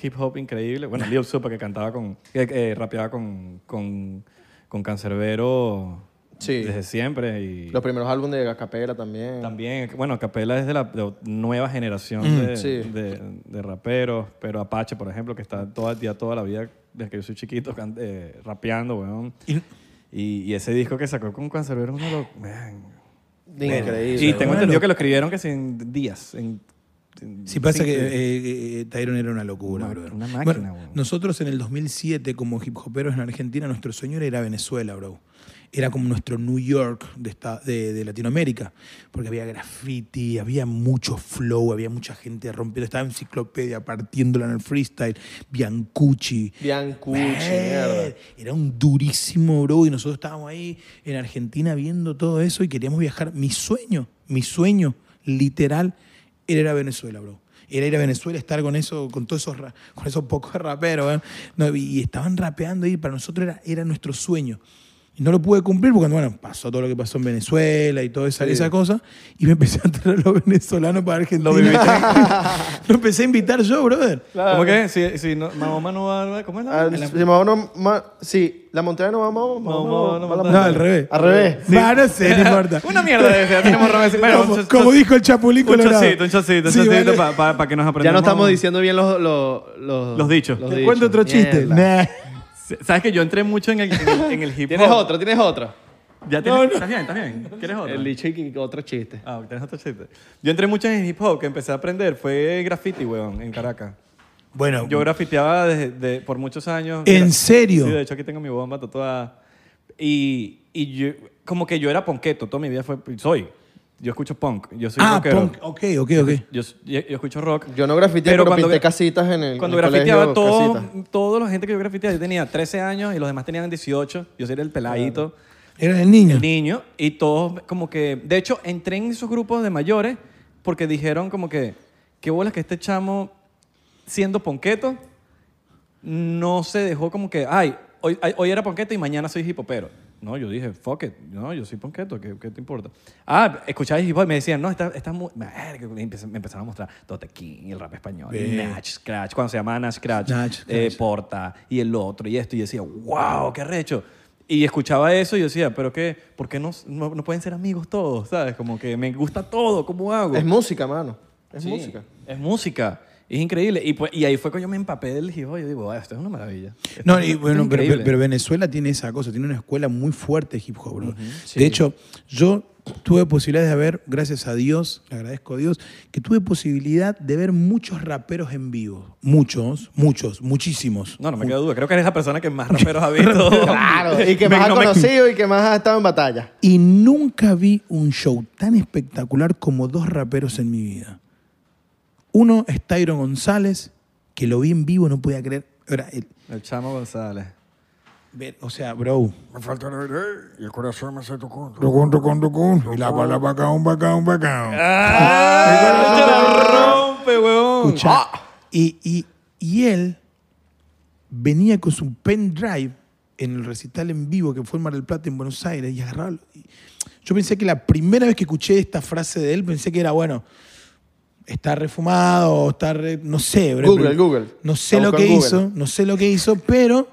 hip hop increíble. Bueno, Lil Supa que cantaba con. que eh, rapeaba con. con. con Cancerbero
Sí.
desde siempre. Y
los primeros álbumes de Acapella también.
también, bueno, Capela es de la de nueva generación de,
sí.
de- de raperos. Pero Apache, por ejemplo, que está todo el día, toda la vida, desde que yo soy chiquito, can- eh, rapeando, weón.
Y-
Y, y ese disco que sacó con Cancerbero, uno lo. man.
Increíble.
Y tengo
bueno.
entendido que lo escribieron que sí en días. En, en
Sí, pasa
cinco-
que eh, eh, Tyron era una locura,
Una-
brother.
una máquina,
Bueno,
weón.
nosotros en el 2007, como hip hoperos en Argentina, nuestro sueño era ir a Venezuela, bro. Era como nuestro New York de, esta- de- de Latinoamérica, porque había graffiti, había mucho flow, había mucha gente rompiendo, estaba enciclopedia partiéndola en el freestyle, Biancucci.
Biancucci,
Man,
mierda.
Era un durísimo, bro, y nosotros estábamos ahí en Argentina viendo todo eso y queríamos viajar. Mi sueño, mi sueño literal era ir a Venezuela, bro. Era ir a Venezuela, estar con eso, con todos esos, ra- con esos pocos raperos, ¿eh? No, y, y estaban rapeando y para nosotros era, era nuestro sueño. Y no lo pude cumplir porque, bueno, pasó todo lo que pasó en Venezuela y toda esa,
Sí.
esa cosa. Y me empecé a traer a los *laughs* venezolanos para Argentina. Lo, *laughs* empecé a invitar yo, brother.
¿Cómo que? Si, si no, Mahoma no va a... ¿Cómo es la-
Ah,
la-
si Mahoma no- ma- sí, la montaña no va a Mahoma, Mahoma
Mahoma
va-
no
va a
va
la
a-
No,
montaña.
al revés.
Al revés.
Bah, no sé, no importa.
Una mierda de ese, ya
*laughs*
tenemos Roma. Bueno,
como,
un cho-
como
cho-
dijo el Chapulín
un
Colorado.
chocito, un chocito, un
Sí,
chocito
vale.
para que nos aprendamos.
Ya no estamos diciendo bien los, los,
Los dichos.
Te cuento otro chiste.
Mierda.
Nah.
Sabes que yo entré mucho en el, en
*laughs*
el- en el hip hop.
Tienes otro, tienes otro.
Ya tienes, ¿Estás bien? ¿Estás bien? ¿Quieres otro?
El dicho y otro chiste.
Ah, tienes otro chiste. Yo entré mucho en el hip hop, que empecé a aprender. Fue graffiti, weón, en Caracas.
Bueno,
Yo grafiteaba desde, de- por muchos años.
¿En
Gra-
serio?
Sí, de hecho aquí tengo mi bomba tatuada. Y, y yo, como que yo era ponqueto, toda mi vida fue, soy. Yo escucho punk, yo soy
ah,
rockero.
punk. Ok, ok, ok.
Yo, yo, yo escucho rock.
Yo no grafiteé, pero,
cuando
pinté
gra-
casitas en el
Cuando
en el
grafiteaba,
colegio,
todo,
casitas.
toda la gente que yo grafiteaba, yo tenía 13 años y los demás tenían 18. Yo era el peladito,
Era el niño.
el niño. Y todos como que... De hecho, entré en esos grupos de mayores porque dijeron como que... Qué bolas que este chamo, siendo ponqueto, no se dejó como que... Ay, hoy, ay, hoy era ponqueto y mañana soy hipopero. No, yo dije, fuck it. No, yo soy ponqueto, ¿qué, qué te importa? Ah, escuchaba hip hop y me decían, no, estás está muy... Verga, Me empez- me empezaron a mostrar Tote King, el rap español,
Bien.
Nash Scratch, cuando se llamaba Nash Scratch.
Nash,
Eh,
Scratch.
Porta y el otro y esto. Y decía, wow, qué recho. Y escuchaba eso y decía, pero qué, ¿por qué no, no, no pueden ser amigos todos? ¿Sabes? Como que me gusta todo, ¿cómo hago?
Es música, mano. Es
Sí,
música.
Es música. Es increíble. Y, pues- y ahí fue cuando yo me empapé del hip hop. Yo digo, "Ah, esto es una maravilla. Esto
No,
es-
y
esto es
bueno, pero,
increíble".
pero Venezuela tiene esa cosa, tiene una escuela muy fuerte de hip hop. bro. De hecho, yo tuve posibilidad de ver, gracias a Dios, le agradezco a Dios, que tuve posibilidad de ver muchos raperos en vivo. Muchos, muchos, muchísimos.
No, no me queda duda. Creo que eres la persona que más raperos ha visto.
Claro, y
*laughs*
que
Me-
más ha
no me-
conocido y que más ha estado en batalla.
Y nunca vi un show tan espectacular como dos raperos en mi vida. Uno es Tyron González, que lo vi en vivo, no podía creer. Era el-
El chamo González.
ver- o sea, bro.
Me falta el aire y el corazón me hace tu contra.
Rucun, rucun, rucun. Y la bala bacán, bacán, bacán.
¡Ah! ¡Te la rompe, huevón! Ah,
Escucha,
Ah.
Y, y- y él venía con su pendrive en el recital en vivo que fue en Mar del Plata, en Buenos Aires, y agarraba. y- Yo pensé que la primera vez que escuché esta frase de él, pensé que era, bueno, está refumado, o está re- no sé. bro,
Google,
pero-
Google.
No sé
La
lo
buscó
que
en Google.
hizo, no sé lo que hizo, pero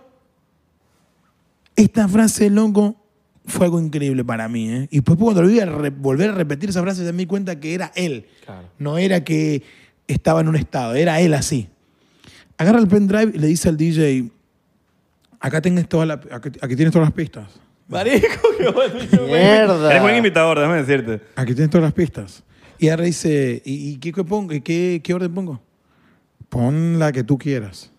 esta frase, loco, fue algo increíble para mí. ¿eh? Y después cuando lo vi a re- volver a repetir esa frase, ya me di cuenta que era él.
Claro.
No era que estaba en un estado, era él así. Agarra el pendrive y le dice al DJ, acá, tienes toda la- acá- aquí tienes todas las pistas.
Marico, qué bueno.
Mierda.
Eres buen invitador, déjame decirte.
Aquí tienes todas las pistas. Y ahora dice, ¿y, y qué, qué pongo? ¿Y qué, qué orden pongo? Pon la que tú quieras.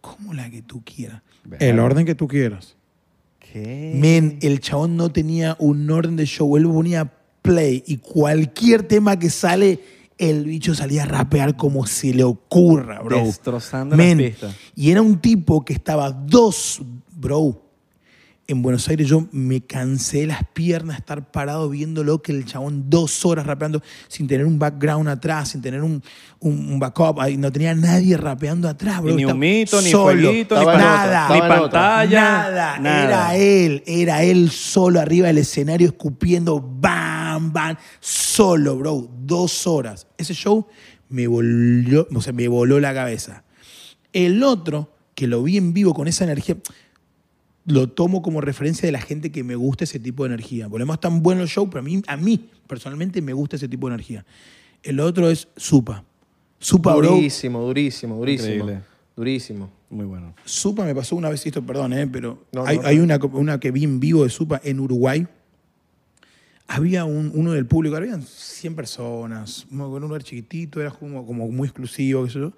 ¿Cómo la que tú quieras? El orden que tú quieras.
¿Qué?
Men, el chabón no tenía un orden de show. Él ponía play y cualquier tema que sale, el bicho salía a rapear como se le ocurra, bro.
Destrozando las pistas.
Y era un tipo que estaba dos, bro. en Buenos Aires yo me cansé de las piernas estar parado viéndolo que el chabón dos horas rapeando sin tener un background atrás, sin tener un, un, un backup, ahí no tenía nadie rapeando atrás, bro.
Y ni un
Estaba
mito, ni
solo,
fueguito, ni,
Estaba
pan-
en otra,
nada,
ni
estaba en otra.
pantalla.
Nada,
nada.
era él, era él solo arriba del escenario escupiendo, bam, bam, solo, bro, dos horas. Ese show me voló, o sea, me voló la cabeza. El otro, que lo vi en vivo con esa energía, lo tomo como referencia de la gente que me gusta ese tipo de energía. Volvemos tan bueno el show, pero a mí, a mí personalmente me gusta ese tipo de energía. El otro es Supa. Supa, bro,
Durísimo, durísimo, durísimo.
Increíble.
Durísimo.
Muy bueno.
Supa me pasó una vez, esto perdón, eh, pero
No,
hay,
no,
hay una, una que vi en vivo de Supa en Uruguay. Había un- uno del público, habían 100 personas, un un lugar chiquitito, era como, como muy exclusivo, qué sé yo.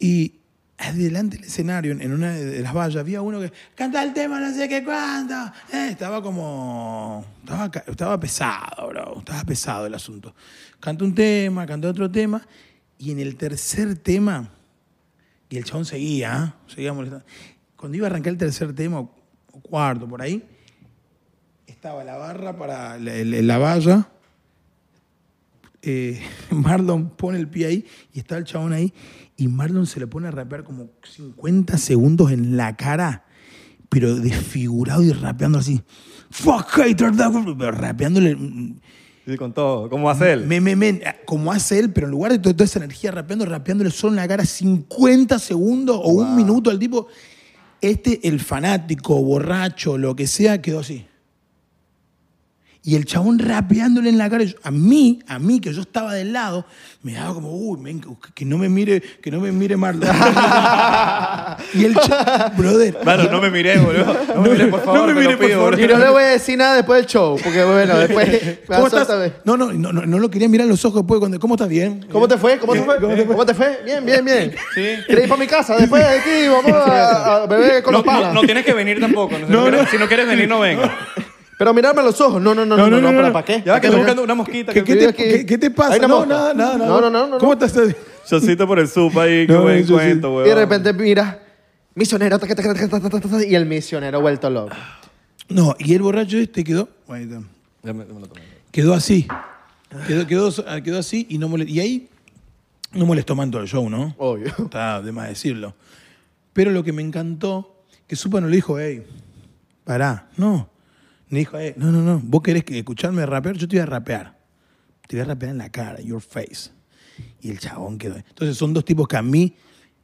Y adelante del escenario, en en una de las vallas, había uno que canta el tema, no sé qué cuánto. eh, estaba como. Estaba, ca- estaba pesado, bro. Estaba pesado el asunto. Canta un tema, canta otro tema. Y en el tercer tema, y el chabón seguía, ¿ah? seguía molestando. Cuando iba a arrancar el tercer tema, o o cuarto, por ahí, estaba la barra para la, la- la valla. Eh, *laughs* Marlon pone el pie ahí y estaba el chabón ahí. Y Marlon se le pone a rapear como 50 segundos en la cara, pero desfigurado y rapeando así. Fuck hater, da-", pero rapeándole. mm,
Y con todo. ¿Cómo va a ser?
me, me, me, como hace él, pero en lugar de to- toda esa energía rapeando, rapeándole solo en la cara 50 segundos o un minuto al tipo, este, el fanático, borracho, lo que sea, quedó así. Y el chabón rapeándole en la cara, yo- a mí, a mí, que yo estaba del lado, me daba como, uy, men, que- que no me mire, que no me mire
*laughs*
Marlon. y el chabón, brother,
Claro, no me miré, boludo. *laughs* No me miré, por
me
favor. te
miré,
lo
por
pido,
favor.
boludo.
Y no le voy a decir nada después del show, porque
*laughs*
bueno, después.
¿cómo estás?
Azótame.
No, no, no, no, no lo quería mirar a los ojos después, cuando, ¿cómo estás? Bien.
¿Cómo te fue? ¿Cómo te fue? ¿Cómo te fue? Bien, bien, bien.
Sí.
¿Querés ir para mi casa después de aquí? Vamos a, a beber con
No,
los panas.
no- no tienes que venir tampoco. No, si, no,
No, no.
quieres, si no quieres venir, no *laughs* vengas.
Pero mirarme a los ojos. No, no, no, no, no, no, ¿para, ¿para qué?
Ya va que
¿Para qué?
estoy buscando una mosquita.
¿Qué,
que-
qué
Yo
te,
digo que-
qué- qué te pasa?
Hay una
No,
mosca.
nada, nada, nada.
No, no, no, no,
¿Cómo
no.
estás?
Chocito por el supa ahí, qué
No,
buen
eso sí.
cuento,
Y
weón.
de repente mira, misionero, taca, taca, taca, taca, taca, taca, y el misionero vuelto loco.
Ah, No, y el borracho este quedó, ahí está.
Ya me- me lo tomé.
quedó así. Quedó, quedó, quedó así y no molestó. Y ahí no molestó más en todo el show, ¿no?
Obvio.
Está de más decirlo. Pero lo que me encantó, que Supa no le dijo, hey, pará, no. Me dijo, "Ey, no, no, no, vos querés que escucharme rapear, yo te voy a rapear. Te voy a rapear en la cara, your face. Y el chabón quedó. ahí. Entonces son dos tipos que a mí,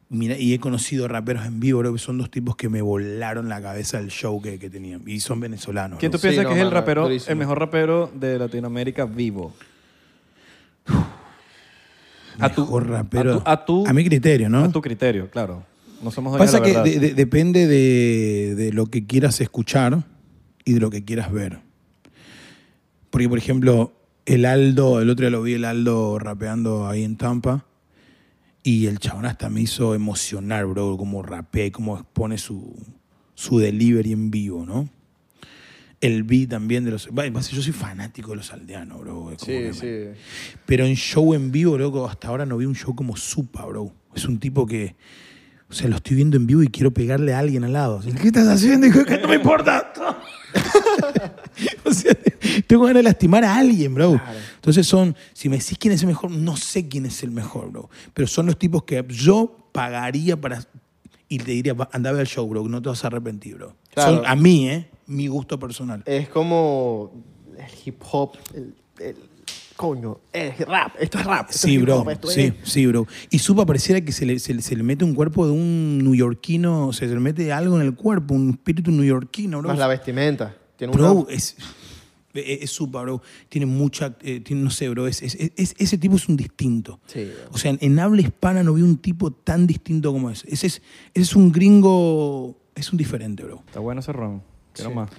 mira, y he conocido raperos en vivo, creo que son dos tipos que me volaron la cabeza del show que, que tenían. Y son venezolanos.
¿Quién
¿no?
tú piensas
no,
que es el
mano,
rapero,
durísimo.
el mejor rapero de Latinoamérica vivo?
Mejor rapero.
a tu- a tu-
mi criterio, ¿no?
A tu criterio, claro. No somos dueños
Pasa
de la
que
verdad.
de- de- depende de, de lo que quieras escuchar y de lo que quieras ver. Porque, por ejemplo, el Aldo, el otro día lo vi el Aldo rapeando ahí en Tampa. Y el chabón hasta me hizo emocionar, bro, cómo rapea y cómo expone su, su delivery en vivo, ¿no? El beat también de los... va, va, Yo soy fanático de los aldeanos, bro. es como que me- pero en show en vivo, loco, hasta ahora no vi un show como Supa, bro. Es un tipo que. O sea, lo estoy viendo en vivo y quiero pegarle a alguien al lado. Así, ¿Qué estás haciendo? Dijo, que no me importa. *laughs* o sea, tengo ganas de lastimar a alguien, bro. Entonces son, si me decís quién es el mejor, no sé quién es el mejor, bro. Pero son los tipos que yo pagaría para... Y te diría, "Va, anda a ver el show, bro, no te vas a arrepentir, bro.
Claro.
Son a mí, ¿eh? Mi gusto personal.
Es como el hip hop, el, el- coño, es rap, esto es rap. esto
Sí,
es hip
bro.
hop, esto
Sí,
es-
sí, bro. Y supa pareciera que se le, se, le- se le mete un cuerpo de un neoyorquino, o sea, se le mete algo en el cuerpo, un espíritu neoyorquino, bro.
Más la vestimenta. Tiene un
Bro, eh,
look.
es, e, es, es supa, bro. Tiene mucha, eh, tiene, no sé, bro. Es, es- es- ese tipo es un distinto.
Sí, bro.
O sea, en, en habla hispana no vi un tipo tan distinto como ese. Ese es, ese es un gringo, es un diferente, bro.
Está bueno ese ron. Quiero *laughs* más.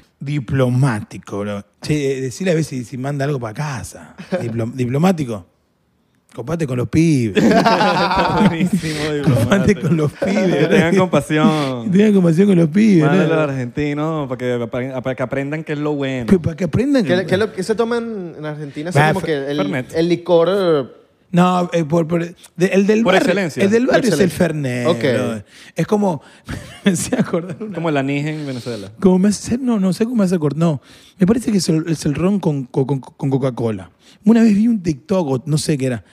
Diplomático, bro. Che, eh, decile a ver si, si manda algo para *laughs* casa. Diplo- diplomático. Copate con los
*laughs*
pibes.
Está buenísimo, *laughs*
Compate
diplomate.
con los pibes.
Tengan
¿verdad?
compasión.
Tengan compasión con los pibes.
Mándale a los
¿verdad?
argentinos para que, apre- para que aprendan qué es lo bueno.
Pero Para que aprendan.
¿Qué, le- qué es lo que se toman en Argentina?
eh. Bah,
Es como
fe-
que el,
Fernet.
el licor
No, eh, por, por- de- el del
Por
barrio.
excelencia.
El del
Por
barrio es el
excelencia.
Fernet.
Ok.
brother. Es como. *laughs* me hacía acordar una.
Como el anís en Venezuela.
Como me hace- no, no sé cómo me hace acordar. No, me parece que es el, es el ron con, co- con- con Coca-Cola. Una vez vi un TikTok, o no sé qué era.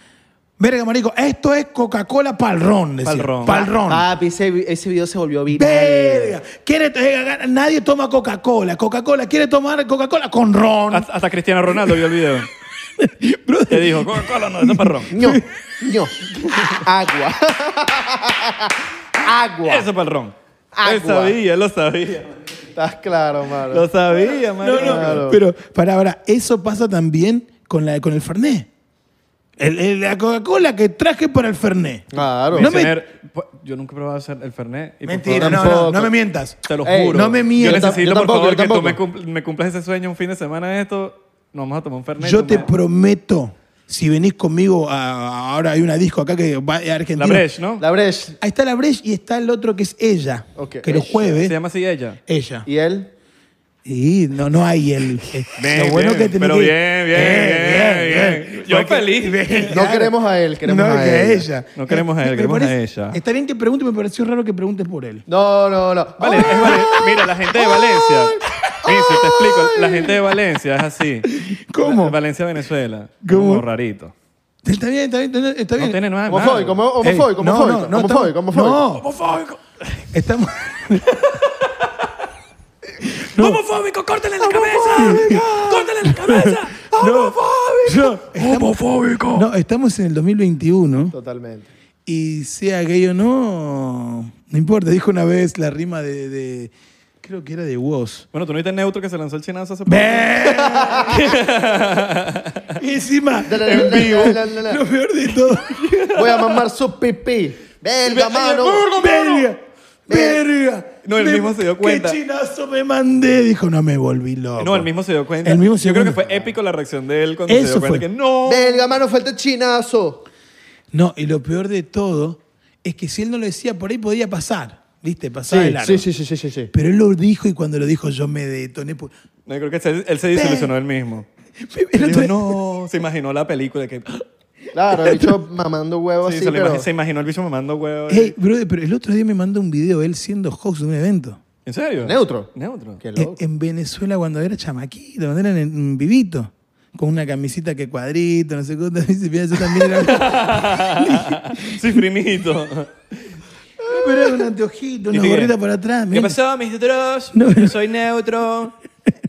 Verga, marico, esto es Coca-Cola pal ron. decía.
Pal ron. Ah,
Pal ron.
Papi, ese, ese video se volvió viral.
Verga. Quiere, eh, nadie toma Coca-Cola. Coca-Cola quiere tomar Coca-Cola con ron.
Hasta, hasta Cristiano Ronaldo vio el video.
*laughs* Brother,
Ah, Te dijo, Coca-Cola no, esto es para ron.
No, no. Agua. *laughs* Agua.
Eso es para el ron. Él
Ah,
Agua.
sabía, lo sabía.
Estás claro, mano.
Lo sabía,
No, no,
marico.
Claro.
pero para ahora, eso pasa también con, la, con el Fernet. El- el- la Coca-Cola que traje para el Fernet.
Claro.
No me-
Mencionar- po- pues, Yo nunca he probado hacer el Fernet. y por
Mentira,
favor,
no, no,
tampoco.
no me mientas.
Te lo
Ey,
juro.
no me
Yo
mientas.
necesito,
Yo
por
tampoco,
favor,
yo
que tú me,
tampoco.
cumpl- me cumplas ese sueño un fin de semana de esto. Nos vamos a tomar un Fernet.
Yo te
tomar-
prometo, si venís conmigo, a- ahora hay una disco acá que va a Argentina.
La Bresh, ¿no?
La Bresh.
Ahí está la Bresh y está el otro que es ella.
Ok.
Que los
Se
Ella.
jueves.
llama así ella.
Ella.
¿Y él?
Y no, no hay el. eh,
Bien,
lo bueno
bien,
que tenés
pero
que- Eh,
bien, bien, bien, bien. Yo feliz.
bien,
No queremos a él, queremos
No,
a
que
ella.
No queremos a él,
me
queremos a
parece-
ella.
Está bien que pregunte, me pareció raro que preguntes por él.
No, no, no. Oh,
Vale, es
*laughs*
Valen- Mira, la gente de Valencia. Vince, te explico. La gente de Valencia es así.
¿Cómo?
La- Valencia, Venezuela.
¿Cómo?
Como rarito.
Está bien, está bien, está bien, está bien.
No tiene nada de malo.
Homofóbico, homo-
Ey,
homofóbico,
no,
homofóbico.
no, no,
homofóbico,
estamos-
homofóbico.
no,
Homofóbico. *laughs*
estamos...
Homofóbico, córtale la cabeza. Córtale
*laughs*
la cabeza.
¡Homofóbico!
Homofóbico.
No, estamos en el 2021
Totalmente.
y sea gay o no, no importa. Dijo una vez la rima de... de- creo que era de
*laughs*
Woz.
Bueno, tú no viste neutro que se lanzó el chinazo hace poco.
¡Ven! Y encima,
La, la, la,
en
la,
vivo,
la, la, la.
lo peor de
*laughs*
todo.
Voy a mamar su pipí. Belga, mano.
¡Verga! ¡Verga!
No, el
Me-
mismo se dio cuenta.
¡Qué chinazo me mandé! Dijo, no me volví loco.
No, el mismo se dio cuenta.
El mismo se
Yo
dio
creo que fue
cuenta.
épico la reacción de él cuando se
Eso
dio cuenta
fue.
que no.
Belga, mano, falta el chinazo.
No, y lo peor de todo es que si él no lo decía, por ahí podía pasar. ¿Viste? Pasaba el largo.
sí, sí, sí, sí.
Pero él lo dijo y cuando lo dijo yo me detoné. Por...
No, yo creo que él, él se desilusionó él mismo.
El
Él
otro
dijo,
día-
no, se imaginó la película que
Claro, el bicho mamando huevos
Sí,
así,
se, lo
pero...
imagi- se imaginó el bicho mamando huevos.
Ey, brother, pero el otro día me mandó un video él siendo host de un evento.
¿En serio?
¿Neutro?
Neutro.
Qué
En,
loco.
en Venezuela cuando era chamaquito, cuando era en, en vivito. Con una camisita que cuadrito, no sé *laughs* cuánto. y se veía, Yo también era...
Sí, primito.
*laughs* pero era un anteojito, una
¿Y qué?
gorrita para atrás.
¿Qué
mira.
pasó, mis otros?
No.
Yo soy neutro.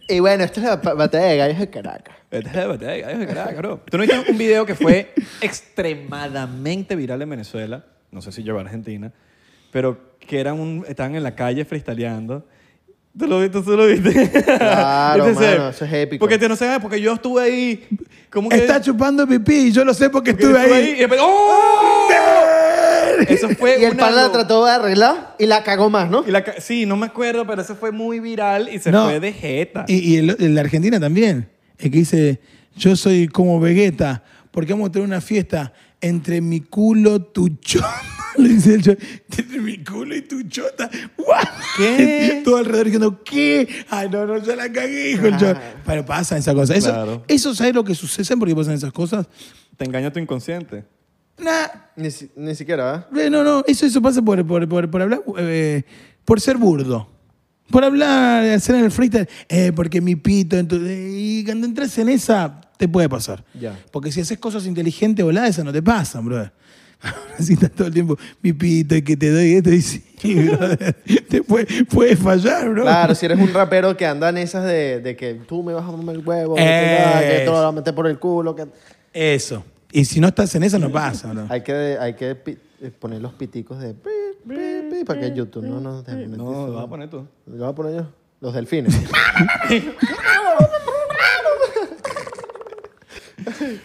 Y bueno, esta es la pa- batalla de gallos de Caracas.
Vete, vete, ay, ay, carajo, bro. Tú no viste un video que fue extremadamente viral en Venezuela, no sé si llegó a Argentina, pero que eran un, estaban en la calle freestyleando. Tú lo viste, tú lo viste.
Claro,
Este
mano, eso es épico.
Porque te no sabes, porque yo estuve ahí. ¿Cómo que
Está chupando pipí y yo lo sé porque,
porque
estuve,
ahí?
ahí. ¡Eh!
y de repente, ¡oh! Eso fue
*laughs* Y el
Eh, una
pan la
lo-
trató de arreglar y la cagó más, ¿no?
y la ca- sí, no me acuerdo, pero eso fue muy viral y se
No.
fue de jeta.
Y, y el, el de Argentina también. El que dice, yo soy como Vegeta, porque vamos a tener una fiesta entre mi culo, tu chota. *laughs* Le dice el chota, entre mi culo y tu chota. ¡Guau!
¿Qué?
*laughs* Todo alrededor diciendo, ¿qué? Ay, no, no, yo la cagué, dijo el chota. Pero pasan esas cosas. Eso,
Claro.
eso ¿sabes lo que sucede? ¿Saben por qué pasan esas cosas?
Te engaña tu inconsciente.
Nah,
Ni, si- ni siquiera, ¿eh?
eh, no, no, eso, eso pasa por, por, por, por hablar, eh, por ser burdo. Por hablar, hacer el freestyle, eh, porque mi pito, entonces, y cuando entras en esa, te puede pasar.
Ya.
Porque si haces cosas inteligentes voladas, esas no te pasan, brother. *laughs* Así estás todo el tiempo, mi pito, y que te doy esto, y sí, *laughs* brother, te puede, puede fallar, bro.
*laughs* Claro, si eres un rapero que anda en esas de, de que tú me vas a mamar el huevo, que,
Eh.
te da, que te lo vas a meter por el culo, que...
Ah.
Eso. Y si no estás en esa, no pasa, bro.
Hay que, hay que pi- eh, poner los piticos de... pi, pi, pi, para que YouTube no nos desmonetice.
No, lo vas a poner tú.
¿Lo voy a poner yo?
*laughs*
Los delfines.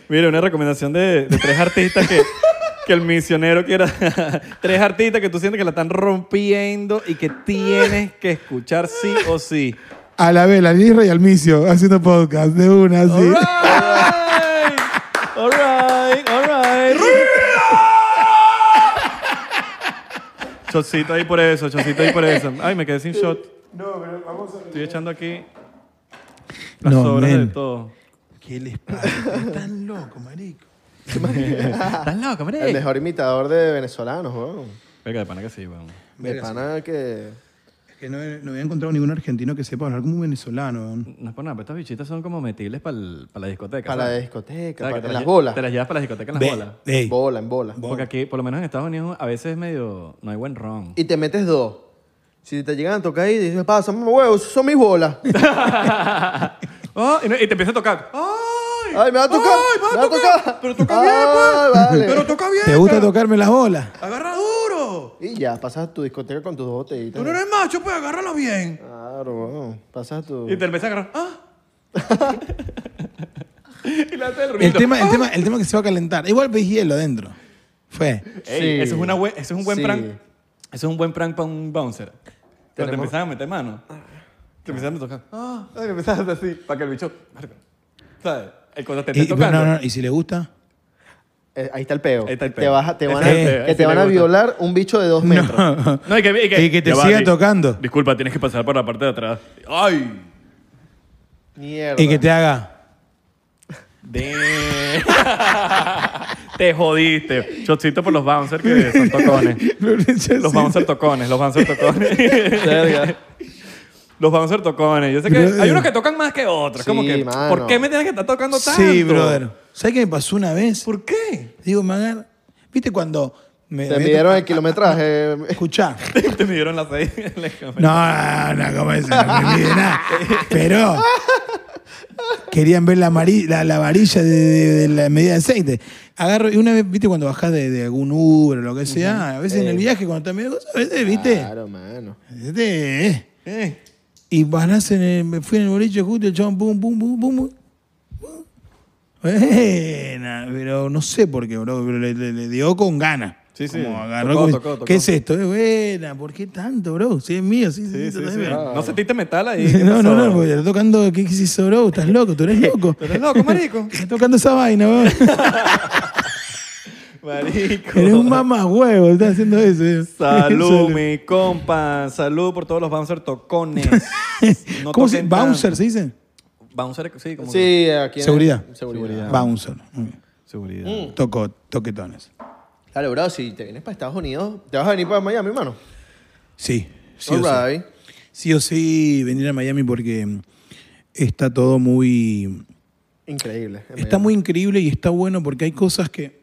Mira, una recomendación de, de tres artistas *laughs* que, que el misionero quiera. *laughs* tres artistas que tú sientes que la están rompiendo y que tienes que escuchar sí o sí.
A la vela, al Isra y al Micio, haciendo podcast de una, así.
All right. All right. All right. Shotcito ahí por eso, shotcito ahí por eso. Ay, me quedé sin shot. No, pero vamos a Estoy echando aquí las
No,
sobras de
men.
todo. *laughs*
¿Qué les pasa? Están locos, marico.
Estás loco, hombre.
El mejor imitador de venezolanos, weón.
Verga, de pana que sí, weón.
De
Verga,
pana que...
Es que no, he- no había encontrado ningún argentino que sepa hablar como un venezolano. weón.
No es por nada, pero estas bichitas son como metibles para la discoteca.
Para la
¿sabes?
discoteca,
¿Sabes?
para
Que te
las
lle-
bolas.
Te las llevas para la discoteca en las
Ve-
bolas.
ey,
Bola, en bola.
Bo-
Porque aquí, por lo menos en Estados Unidos, a veces es medio. No hay buen ron.
Y te metes dos. Si te llegan a tocar ahí, dices, pasa, mamá, huevo, esas son
*laughs*
mis bolas.
Oh, y, no- y te empieza a tocar. ¡Ay!
Ay, me va a tocar,
¡Ay, me va a tocar! ¡Pero toca bien,
Ay,
pues!
vale.
¡Pero toca bien!
¿Te gusta tocarme las bolas?
¡Agarra duro!
Y ya, pasas a tu discoteca con tus dos botellitas.
¡Tú no eres macho, pues agárralo bien!
Claro, weón. Pasas a tu...
Y te empieza a agarrar. ¡Ah! *laughs* y la hace el
El
ruido.
tema, el, tema, el tema que se va a calentar. Igual veis hielo adentro. Fue.
Ey,
Sí.
eso, es una buen- eso es un buen
Sí.
prank. Eso es un buen prank para un bouncer. Pero te
Tenemos-
empiezan a meter mano. Te empiezan a tocar. ¡Ah!
Ay, me estás así.
Para que el bicho. marca. ¿Sabes? El cuando te
Y,
esté tocando.
no, no, ¿Y si le gusta?
Eh, ahí está el peo.
Ahí está el peo.
Te, vas a- te
Ese
van,
es
a,
el peo,
que
ese
te van
me
a
gusta.
violar un bicho de dos metros.
*laughs* No, y que,
Y que te
Ya
siga
di-
tocando.
Disculpa, tienes que pasar por la parte de atrás. ¡Ay!
Mierda.
Y que te haga.
*laughs* De... te jodiste. Chocito por los bouncers que son tocones. Los bouncer tocones, los bouncer *laughs* tocones. los bouncer tocones. Yo sé que
Brother.
hay unos que tocan más que otros.
Sí,
como que,
mano.
¿por qué me tienes que estar tocando tanto?
Sí, brother. ¿Sabes qué me pasó una vez?
¿Por qué?
Digo, me agar- ¿Viste cuando me.
Te
me-
midieron el kilometraje.
*laughs*
Escuchá.
*laughs* te midieron las seis. Le cambié.
No, no, como eso, no me mide nada. Pero querían ver la, mari- la, la varilla de, de- de la medida de aceite. Agarro, y una vez, viste, cuando bajás de, de algún Uber o lo que sea, a veces en el viaje, cuando estás medio cosa, a veces, viste.
Claro, mano.
Este, eh.
Eh,
Y balance en el- me fui en el boliche justo, el chabón, pum, pum, pum, pum. pum. Buena, pero no sé por qué, bro, pero le, le- le dio con ganas.
Sí, sí.
Como agarró
Tocó,
como-
tocó, tocó.
¿Qué es esto? Es buena, ¿por qué tanto, bro? Si es mío, sí, sí,
sí, sí, sí.
totalmente.
No sentiste metal ahí. ¿Qué
*laughs* No, no,
pasó?
no, porque está tocando ¿Qué se hizo, bro? Estás loco, tú eres
*laughs*
loco.
¿Tú eres loco, marico?
Está tocando esa vaina,
*laughs*
bro.
marico.
Eres un mamá huevo, estás haciendo eso. eh.
*laughs* Salud,
Solo.
mi compa. Salud por todos los
*laughs*
bouncer tocones. No
¿Cómo se dice?
toquen tan-
¿Bouncer se dice?
Bouncer, sí, como que-
Sí, aquí. en-
Seguridad.
Seguridad.
Bouncer. Mm.
Seguridad.
Toco, toquetones.
Claro, bro, si te vienes para Estados Unidos, te vas a venir para Miami, hermano.
Sí, sí.
All
o sí.
right.
Sí o sí venir a Miami porque está todo muy...
Increíble. en
Está
Miami.
muy increíble y está bueno porque hay cosas que,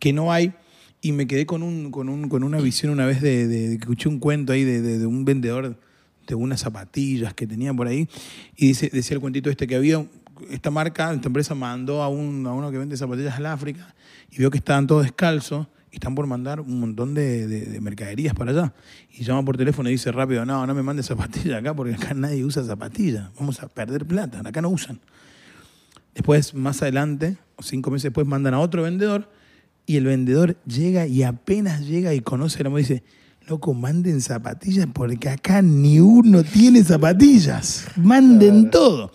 que no hay. Y me quedé con, un, con, un, con una visión una vez de, de- de que escuché un cuento ahí de, de- de un vendedor de unas zapatillas que tenía por ahí. Y dice, decía el cuentito este que había, un- esta marca, esta empresa mandó a, un, a uno que vende zapatillas al África y vio que estaban todos descalzos y están por mandar un montón de, de- de mercaderías para allá. Y llama por teléfono y dice rápido, no, no me mandes zapatillas acá porque acá nadie usa zapatillas. Vamos a perder plata, acá no usan. Después, más adelante, o cinco meses después, mandan a otro vendedor y el vendedor llega y apenas llega y conoce la moda y dice, loco, manden zapatillas porque acá ni uno tiene zapatillas. Manden todo.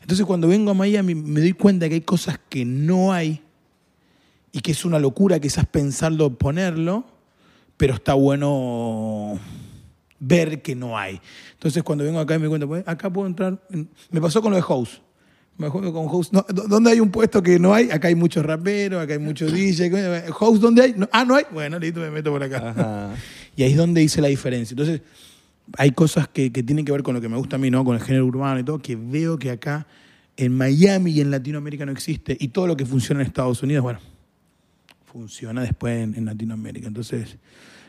Entonces, cuando vengo a Miami, me doy cuenta que hay cosas que no hay y que es una locura quizás pensarlo, ponerlo, pero está bueno ver que no hay. Entonces, cuando vengo acá y me doy cuenta, pues, acá puedo entrar. en- Me pasó con lo de House. Me acuerdo con House. No, ¿dó- ¿Dónde hay un puesto que no hay? Acá hay muchos raperos, acá hay muchos DJ. ¿qué- ¿House dónde hay? No- ah, no hay. Bueno, listo, me meto por acá.
Ajá.
Y ahí es donde hice la diferencia. Entonces, hay cosas que, que tienen que ver con lo que me gusta a mí, ¿no? Con el género urbano y todo, que veo que acá en Miami y en Latinoamérica no existe. Y todo lo que funciona en Estados Unidos, bueno, funciona después en, en Latinoamérica. Entonces,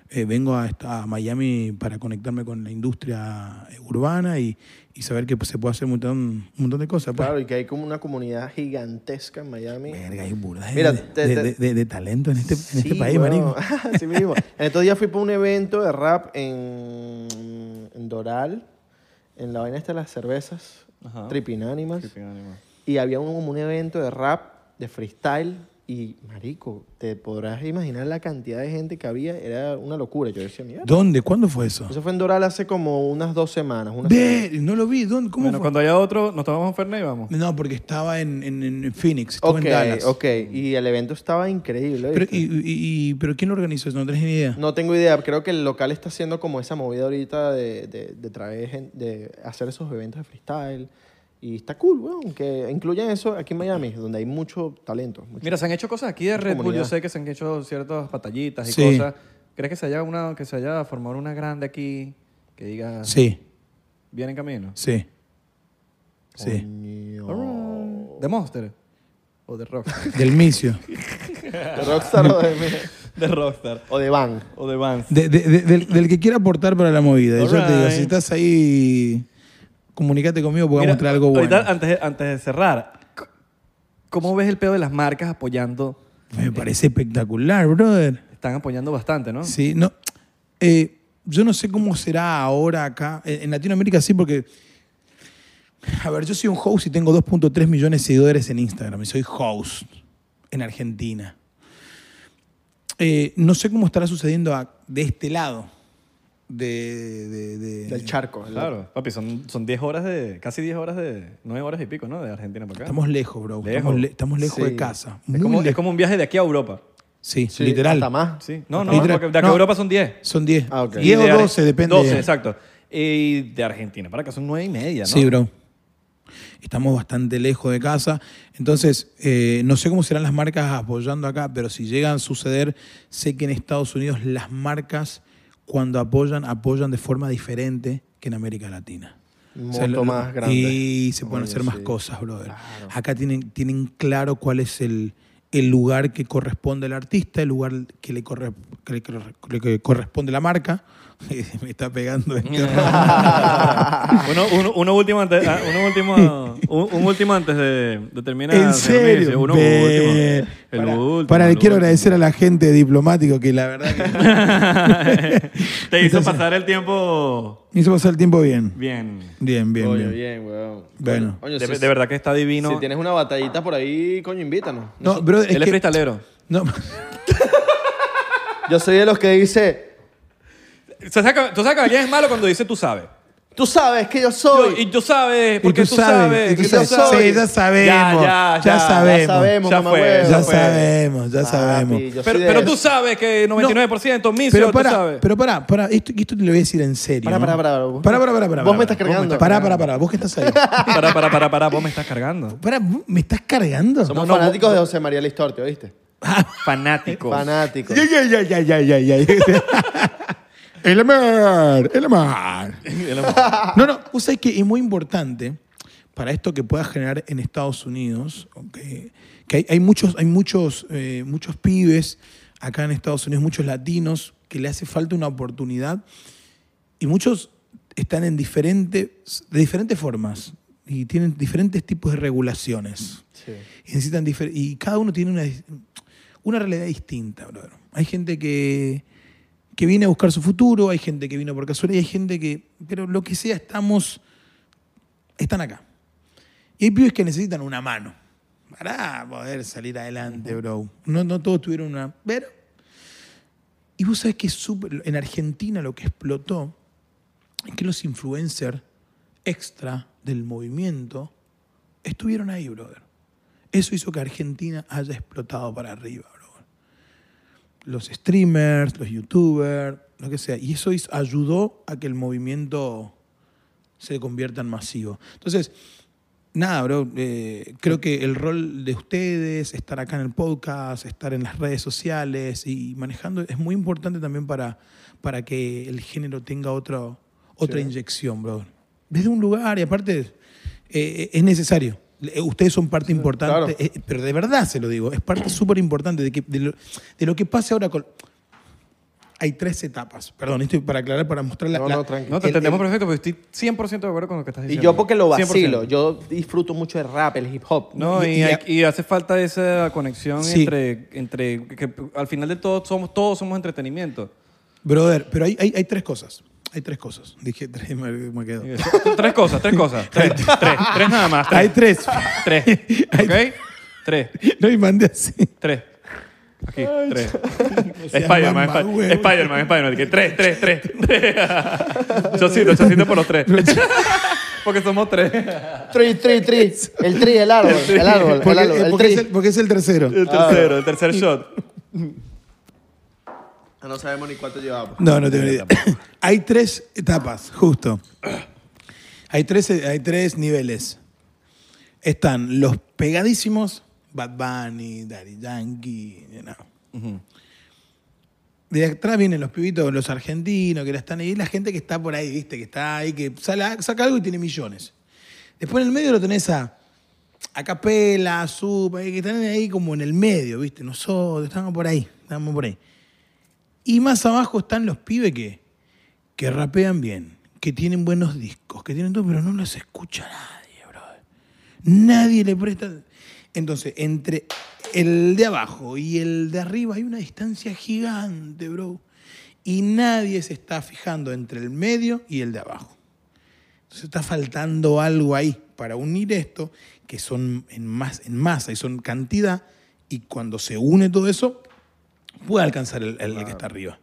eh, vengo a, esta- a Miami para conectarme con la industria eh, urbana y, y saber que pues, se puede hacer un montón, un montón de cosas. pues.
Claro, y que hay como una comunidad gigantesca en Miami.
Verga, hay burda de,
Mira,
de-
te- te-
de- de- de talento en este, en
Sí,
este país,
weón.
marico.
*laughs* Así mismo. En estos días fui para un evento de rap en, en Doral, en la vaina esta de las cervezas,
Ajá.
Tripping Animals.
Qué pena, animal.
Y había un, como un evento de rap, de freestyle, y marico, te podrás imaginar la cantidad de gente que había, era una locura. Yo decía, mierda.
¿Dónde? ¿Cuándo fue
*laughs*
eso?
Eso fue en Doral hace como unas dos semanas. Una semana.
Ver, no lo vi. ¿Dónde? ¿Cómo
Bueno,
fue?
cuando haya otro, nos tomamos un Fernet y vamos.
No, porque estaba en, en- en Phoenix, estuvo en Dallas.
Ok, ok. Y el evento estaba increíble.
Pero,
¿viste?
y, y- y- ¿Pero quién lo organizó? No tenés ni idea.
No tengo idea, creo que el local está haciendo como esa movida ahorita de, de, de traer gen- de hacer esos eventos de freestyle Y está cool, weón, que incluyan eso aquí en Miami, donde hay mucho talento. mucho-
Mira, se han hecho cosas aquí de Red Bull. Yo
comunidad.
sé que se han hecho ciertas batallitas y
Sí.
cosas. ¿Crees que se haya una, que se haya formado una grande aquí que diga
Sí,
viene en camino?
sí. Sí.
Coño.
Alright. ¿De Monster? ¿O de Rockstar?
Del Micio.
De Rockstar o de,
*laughs* de Rockstar.
o de Van.
¿O de Vans?
De- de- de- del, del que quiera aportar para la movida. Y yo te digo,
Alright.
si estás ahí, comunícate conmigo porque
Mira,
vamos a traer algo bueno.
ahorita, antes, de- antes de cerrar, c- ¿cómo ves el pedo de las marcas apoyando?
Me parece espectacular, brother.
Están apoyando bastante, ¿no?
Sí, no. eh, yo no sé cómo será ahora acá. En en Latinoamérica sí, porque. A ver, yo soy un host y tengo 2.3 millones de seguidores en Instagram y soy host en Argentina. Eh, no sé cómo estará sucediendo a- de este lado de- de- de-
Del ¿eh? charco. el-
Claro, papi, son, son 10 horas de, casi 10 horas de, 9 horas y pico, ¿no? De Argentina para acá.
Estamos lejos, bro.
Lejos.
Estamos, le- estamos lejos
Sí.
de casa.
es,
Muy
como, es
lejos.
como un viaje de aquí a Europa.
Sí,
Sí,
literal.
Hasta más.
Sí, no, no,
Literal.
porque de aquí a
No.
Europa son 10.
Son 10.
Ah, ok.
10
Y Este, de
o
Ar-
12, depende.
12, exacto. Y de Argentina para acá son 9 y media, ¿no?
Sí, bro. Estamos bastante lejos de casa. Entonces, eh, no sé cómo serán las marcas apoyando acá, pero si llegan a suceder, sé que en Estados Unidos las marcas, cuando apoyan, apoyan de forma diferente que en América Latina.
Mucho
lo- lo-
más grande.
Y se pueden
Oye,
hacer más
sí.
cosas, brother. Acá tienen, tienen claro cuál es el, el lugar que corresponde al artista, el lugar que le, corre- que le- que le- que le corresponde la marca. *laughs* Me está pegando.
*laughs*
este.
uno, uno- uno último antes, ah,
*laughs*
uno último, un, un último antes de, de terminar.
En
señor
serio.
Messi, Uno
Ve.
último. El
para,
último.
para, le
el
quiero
último.
agradecer a la gente de diplomático que la verdad que
*laughs* Te hizo pasar el tiempo
me hizo pasar el tiempo bien.
bien.
Bien, bien,
Coño,
bien.
bien, weón.
Bueno.
Coño,
De,
si-
de verdad que está divino.
Si tienes una batallita por ahí, coño, invítanos.
No, bro, es
Él es
que-
freestalero. *laughs*
no,
Yo soy de los que dice,
O sea, saca- Tú sabes que alguien es malo cuando dice tú sabes.
tú sabes que yo
Yo-
soy.
y tú sabes, porque
y
tú, sabes.
y tú
que
sabes.
yo soy.
Sí, ya sabemos.
Ya, ya,
ya
ya
sabemos.
Ya sabemos,
Ya
mamá
fue,
huevo.
Ya
Eso fue.
sabemos, ya
Papi,
sabemos.
yo soy
Pero,
de
pero
eso.
tú sabes que 99%, Micio,
Pero
tú
para,
sabes.
pero para, para, esto, esto te lo voy a decir en serio.
Pará,
¿no?
pará, pará, vos-
Pará, pará, pará, pará,
vos me
pará.
estás cargando.
Pará, pará, pará, vos que estás ahí.
*laughs*
para, para, para, para, vos me estás cargando.
Pará, ¿vos ¿me estás cargando?
Somos
No, no,
fanáticos de José María Listorte, ¿oíste?
Fanático.
*laughs* Fanáticos.
Ya, ya, ya, ya, ya, ya,
*laughs*
ya. el mar, el mar. No, no, vos sabés que es muy importante para esto que pueda generar en Estados Unidos, ok, que hay, hay muchos, hay muchos, eh, muchos pibes acá en Estados Unidos, muchos latinos, que le hace falta una oportunidad y muchos están en diferentes, de diferentes formas y tienen diferentes tipos de regulaciones. Y, necesitan difer- y cada uno tiene una, una realidad distinta, brother. Hay gente que, que viene a buscar su futuro, hay gente que vino por casualidad, hay gente que, pero lo que sea, estamos, están acá. Y hay pibes que necesitan una mano para poder salir adelante, bro. No, no todos tuvieron una, pero... Y vos sabés que es súper- en Argentina lo que explotó es que los influencers extra del movimiento estuvieron ahí, brother. Eso hizo que Argentina haya explotado para arriba, brother. Los streamers, los youtubers, lo que sea. Y eso hizo- ayudó a que el movimiento se convierta en masivo. Entonces, nada, bro, eh, creo que el rol de ustedes, estar acá en el podcast, estar en las redes sociales y manejando, es muy importante también para, para que el género tenga otro, otra inyección, bro. Desde un lugar, y aparte, eh, eh, es necesario. Eh, Ustedes son parte importante,
claro.
eh, pero de verdad se lo digo, es parte súper importante de, que- de, lo, de lo que pase ahora con... Hay tres etapas, perdón, esto para aclarar, para mostrar la...
No,
la-
no, tranqui.
No, te
el-
entendemos
el-
perfecto, pero estoy 100% de acuerdo con lo que estás
Y
diciendo.
yo porque lo vacilo,
100%.
yo disfruto mucho el rap, el hip hop.
No, y,
y- y-
hay- y hace falta esa conexión
Sí.
entre, entre que al final de todo somos todos somos entretenimiento.
Brother, pero hay, hay, hay tres cosas. Hay tres cosas. Dije tres y me, me quedo. Ah,
tres cosas,
*laughs*
tres cosas. Tres, tres, tres nada más.
Hay
Tres.
tres. *laughs*
Tres. ¿Ok? Tres.
No, y mandé así.
Tres. Aquí, tres.
seas
Spider-Man,
mamá,
Spider-
huevo.
Spider-Man, Spider-Man. Que Tres, tres, tres. tres. Chocito, chocito por los tres. *laughs* Porque somos tres.
Tri, tri, tri. El tri,
*laughs*
el árbol, el árbol, el árbol, el
porque, es el,
tri.
porque es el tercero.
El tercero, el tercer shot.
No sabemos ni cuánto llevamos.
No, no tengo ni idea. *coughs* Hay tres etapas, justo. Hay tres, hay tres niveles. están los pegadísimos Bad Bunny, Daddy Yankee, no. De atrás vienen los pibitos, los argentinos que la están ahí, la gente que está por ahí, viste, que está ahí, que sale- saca algo y tiene millones. Después en el medio lo tenés a a capela, a supa, eh, que están ahí como en el medio, viste, nosotros, estamos por ahí, estamos por ahí. Y más abajo están los pibes que, que rapean bien, que tienen buenos discos, que tienen todo, pero no los escucha nadie, brother. Nadie le presta. Entonces, entre el de abajo y el de arriba hay una distancia gigante, bro. Y nadie se está fijando entre el medio y el de abajo. Entonces está faltando algo ahí para unir esto, que son en, más, en masa y son cantidad, y cuando se une todo eso, puede alcanzar el, el que está arriba.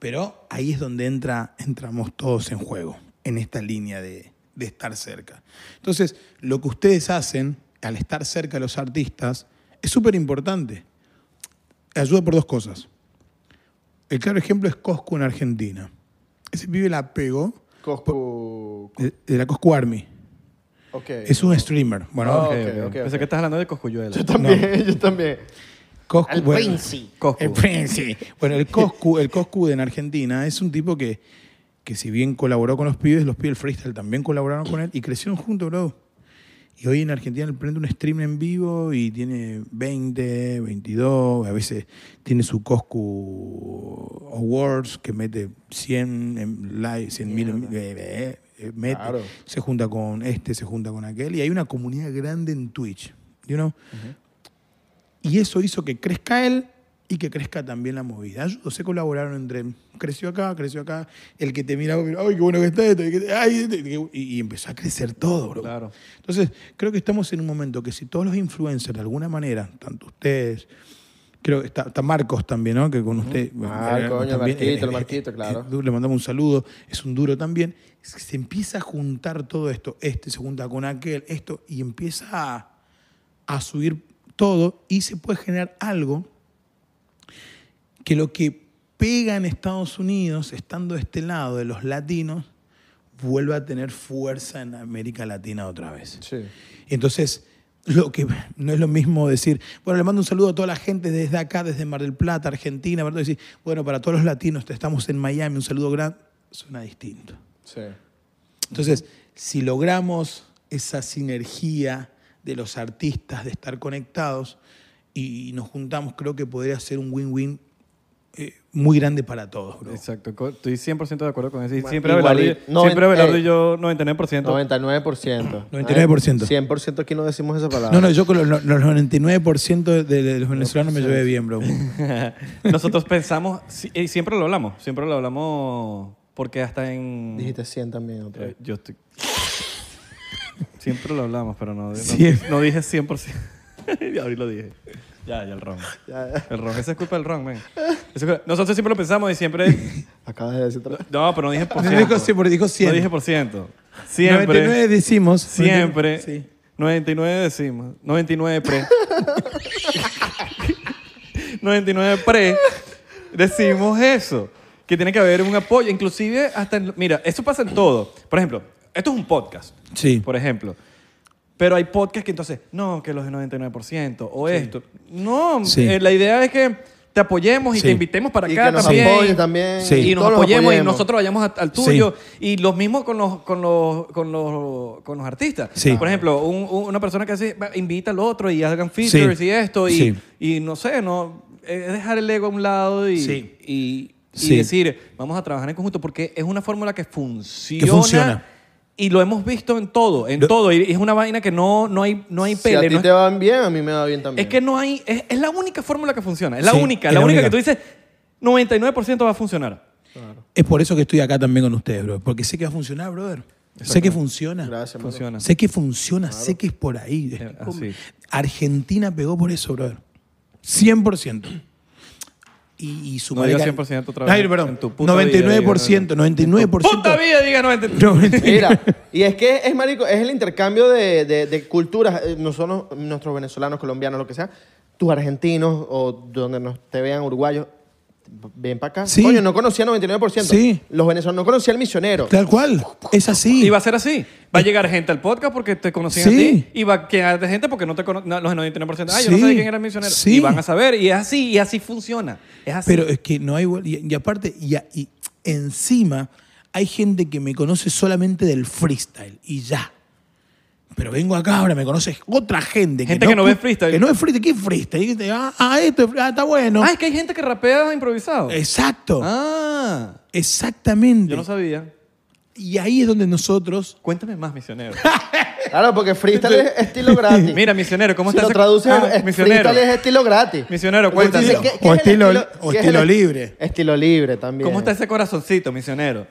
Pero ahí es donde entra, entramos todos en juego, en esta línea de, de estar cerca. Entonces, lo que ustedes hacen al estar cerca de los artistas es súper importante. Ayuda por dos cosas. El claro ejemplo es Coscu en Argentina. Ese pibe la pegó
Coscu.
de, de la Coscu Army.
Ok.
Es un streamer. Bueno,
Ah,
Ok,
ok,
ok.
ok,
Pensé
ok.
que estás hablando de Coscuyuela.
Yo también, *laughs* yo también.
Coscu,
Al
bueno,
Prince.
Coscu.
El Prince. Bueno, el Coscu, el Coscu en Argentina es un tipo que, que si bien colaboró con los pibes, los pibes del freestyle también colaboraron con él y crecieron juntos, bro. Y hoy en Argentina él prende un stream en vivo y tiene 20, 22, a veces tiene su Coscu Awards que mete 100 en live, 100 mil, eh, eh, mete,
Claro.
se junta con este, se junta con aquel y hay una comunidad grande en Twitch, you know? Y eso hizo que crezca él y que crezca también la movida. Ellos se colaboraron entre. Creció acá, creció acá. El que te miraba, ¡ay, qué bueno que está esto! y que- ay, este", y, y empezó a crecer todo, bro.
Claro.
Entonces, creo que estamos en un momento que si todos los influencers, de alguna manera, tanto ustedes. Creo que está, está Marcos también, ¿no? Que con usted.
Marco, Ah, coño, Marquito, el Marquito, claro.
eh, le mandamos un saludo. Es un duro también. Es que Se empieza a juntar todo esto. Este se junta con aquel, esto, y empieza a a subir todo y se puede generar algo que lo que pega en Estados Unidos, estando de este lado de los latinos, vuelva a tener fuerza en América Latina otra vez.
Sí.
Y entonces, lo que no es lo mismo decir, bueno, le mando un saludo a toda la gente desde acá, desde Mar del Plata, Argentina, ¿verdad? Decir, bueno, para todos los latinos, estamos en Miami, un saludo grande, suena distinto.
Sí.
Entonces, si logramos esa sinergia de los artistas, de estar conectados y nos juntamos, creo que podría ser un win-win eh, muy grande para todos, bro.
Exacto, co- estoy 100% de acuerdo con eso. Y
Bueno,
siempre
igual
Abelardo,
y- eh, noven-
siempre Abelardo
ey.
y yo 99%.
99%.
99%.
100% aquí no decimos esa palabra.
No, no, yo con los, los 99% de, de los venezolanos me llevé bien, bro.
*laughs* Nosotros pensamos, sí, y siempre lo hablamos, siempre lo hablamos porque hasta en...
Dijiste 100 también otra
Eh,
vez.
yo estoy... Siempre lo hablamos, pero no, no-
Siempre.
no dije 100%. *laughs* y ahorita lo dije. Ya, ya el ron. El ron, esa es culpa del ron, men. Eso es- Nosotros siempre lo pensamos y siempre...
*laughs* Acabas de decir otra vez.
No, pero no dije por
No dijo sí, porque dijo
No
100.
dije por ciento. Siempre.
99 decimos.
Siempre.
Sí.
99 decimos. 99 pre. *laughs* 99 pre. Decimos eso. Que tiene que haber un apoyo. Inclusive hasta... en- mira, eso pasa en todo. Por ejemplo, esto es un podcast.
Sí.
Por ejemplo. Pero hay podcasts que entonces, no, que los de 99% o esto. No,
Sí.
eh, la idea es que te apoyemos y
Sí.
te invitemos para
Y
acá
que nos
también.
apoyen también.
Sí.
Y nos
todos
apoyemos, y nosotros vayamos a- al
Sí.
tuyo. Y lo mismo con los, con los, con los, con los artistas.
Sí.
Por ejemplo, un- un- una persona que hace, va, invita al otro y hagan features
Sí.
y esto. Y,
Sí.
y no sé, no, eh, es dejar el ego a un lado y,
Sí.
y, y
Sí.
decir, vamos a trabajar en conjunto porque es una fórmula que funciona.
Que funciona.
Y lo hemos visto en todo, en
Lo-
todo. Y es una vaina que no, no hay, no hay
Si
pele.
a ti
no
te van bien, a mí me va bien también.
es que no hay. Es, es la única fórmula que funciona. Es la
Sí,
única.
es
la
la
única,
única.
que tú dices 99% va a funcionar.
Es por eso que estoy acá también con ustedes, bro. Porque sé que va a funcionar, brother. Sé que funciona.
Gracias, mano.
Funciona.
Sé que funciona, sé que es por ahí.
Eh,
Estoy con-
así.
Argentina pegó por eso, brother. 100%. Y, y su
No
madre-
digas 100% otra vez.
Ay, perdón.
En tu puta
99%,
vida,
99%.
¡Puta vida! Diga 99%.
No, mentira.
Mira, y es que es marico, es el intercambio de, de- de culturas. Eh, Nosotros, nuestros venezolanos, colombianos, lo que sea, tus argentinos o donde nos te vean uruguayos, Ven para acá.
Sí.
Coño, no conocía 99%.
Sí.
Los venezolanos no conocían al misionero.
Tal cual. Es así.
Y va a ser así. Va a llegar gente al podcast porque te conocían
Sí.
a ti. Y va a quedar gente porque no te cono- no, los 99%. Ah, yo no
Sí.
sabía quién era el misionero.
Sí.
Y van a saber. Y es así. Y así funciona. Es así.
Pero es que no hay. vuel- Y, y aparte, y, a- y encima, hay gente que me conoce solamente del freestyle y ya. Pero vengo acá ahora, me conoces otra gente.
Gente que no ve freestyle.
Que no ve freestyle. ¿Qué es freestyle? Y dice, Ah, ah, esto es fre- ah, está bueno.
Ah, es que hay gente que rapea improvisado.
Exacto.
Ah.
Exactamente.
Yo no sabía.
Y ahí es donde nosotros.
Cuéntame más,
*laughs*
misionero.
Claro, porque freestyle es estilo gratis.
Mira, misionero, ¿cómo
si
está
lo
ese-
traduces,
Ah,
es-
misionero.
freestyle es estilo gratis.
Misionero,
Porque tú dices,
cuéntanos.
¿qué- qué
O
es el
estilo- o
qué es
estilo
el-
libre.
Estilo libre también.
¿Cómo está ese corazoncito, misionero?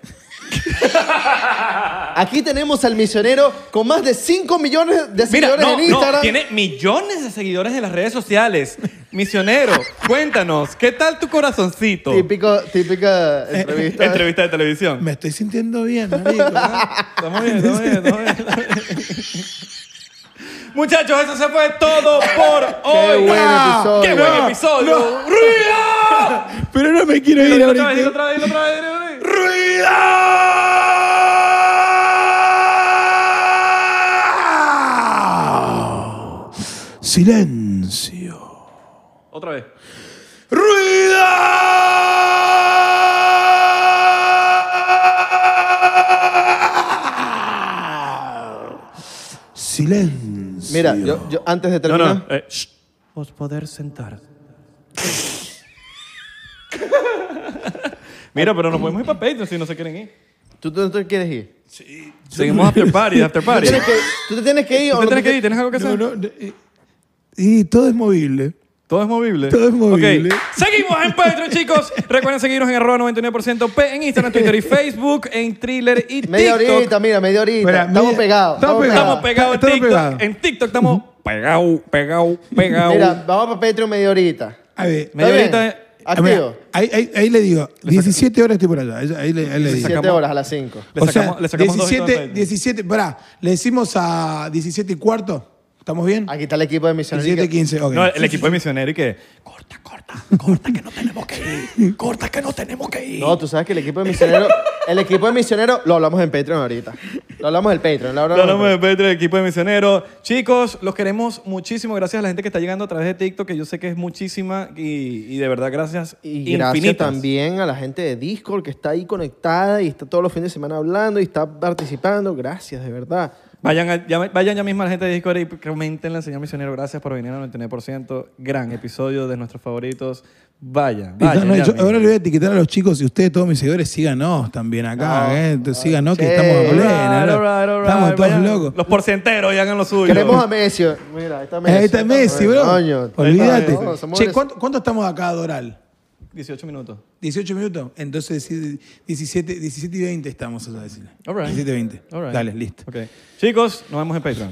Aquí tenemos al misionero con más de 5 millones de
Mira,
seguidores
no,
en
no,
Instagram.
tiene millones de seguidores en las redes sociales. Misionero, cuéntanos, ¿qué tal tu corazoncito?
Típico, típica entrevista.
Eh, Entrevista de *laughs* televisión.
Me estoy sintiendo bien,
*laughs*
marico.
Estamos bien, estamos bien, estamos bien. *laughs* Muchachos, eso se fue todo *laughs* por
Qué
hoy.
buen
Ah,
episodio.
¡Qué buen episodio! ¡Ruido! *laughs*
Pero no me quiero ir
Dilo otra
ahorita.
vez, dilo otra vez, dilo otra vez, dilo otra vez.
¡Ruido! ¡Ah! Silencio.
Otra vez.
¡Ruido! Silencio.
Mira, yo, yo antes de
No,
terminar.
no. eh, shh. Os poder sentar. *laughs* Mira, pero nos podemos ir para Patreon si no se quieren ir.
¿Tú, tú, tú quieres ir?
Seguimos after *laughs* party, after
¿Tú,
party.
tienes que, ¿Tú te tienes que ir
¿Tú
o
te
no
tienes
te-
que ir? ¿Tienes algo que
No,
hacer?
no, no, eh, y todo es movible.
Todo es movible.
Todo es movible.
Ok. Seguimos en Patreon, chicos. Recuerden seguirnos en arroba 99% P en Instagram, Twitter y Facebook, en Thriller y
Media
TikTok.
horita, mira, media horita.
Mira,
estamos
mira,
pegados.
estamos
Estamos
pegado.
pegados en
Estamos
TikTok.
pegados.
En TikTok estamos pegados, pegados,
Mira,
pegados.
vamos para Patreon media horita.
A ver,
Media
¿Está
horita eh,
bien?
es-
a
Activo.
ver, ahí, ahí- ahí le digo, 17 horas estoy por allá. Ahí, ahí le, ahí le digo.
17
sacamos-
horas a las 5.
Le
o
sacamos-
sea,
le sacamos dos y todo
17,
en
17, pará, le decimos a 17 y cuarto, ¿estamos bien?
Aquí está el equipo de misioneros.
17 y 15, ok.
No, el equipo de misionero y que...
Corta, corta, corta que no tenemos que ir, corta que no tenemos que ir.
No, tú sabes que el equipo de misioneros, el equipo de misioneros lo hablamos en Patreon ahorita. Lo hablamos en Patreon. Lo hablamos
No, no
en
me Petre, el equipo de misioneros. Chicos, los queremos muchísimo. Gracias a la gente que está llegando a través de TikTok, que yo sé que es muchísima y, y de verdad gracias
Y
infinitas.
gracias también a la gente de Discord que está ahí conectada y está todos los fines de semana hablando y está participando. Gracias, de verdad.
Vayan, a- ya, vayan ya mismo a la gente de Discord y comentenle al señor misionero. Gracias por venir al 99%. Gran episodio de nuestros favoritos. Vayan,
Y no,
vayan.
no,
ya
yo
mismo.
ahora le voy a etiquetar a los chicos y ustedes, todos mis seguidores, síganos también acá,
No,
¿eh? Entonces, síganos que
sí.
estamos en plena,
Alright,
¿no?
alright, alright.
Estamos todos
Vayan.
locos.
Los porcenteros, ya hagan lo suyo.
Queremos a Messi. Mira, ahí está Messi.
Ahí está Messi, bro.
Coño.
Olvídate.
No, somos
che,
des-
¿cuánto, cuánto estamos acá, Doral?
18 minutos.
18 minutos. Entonces, 17, 17 y 20 estamos, a decirle.
All right.
17 y 20.
All right.
Dale, listo.
Ok. Chicos, nos vemos en Patreon.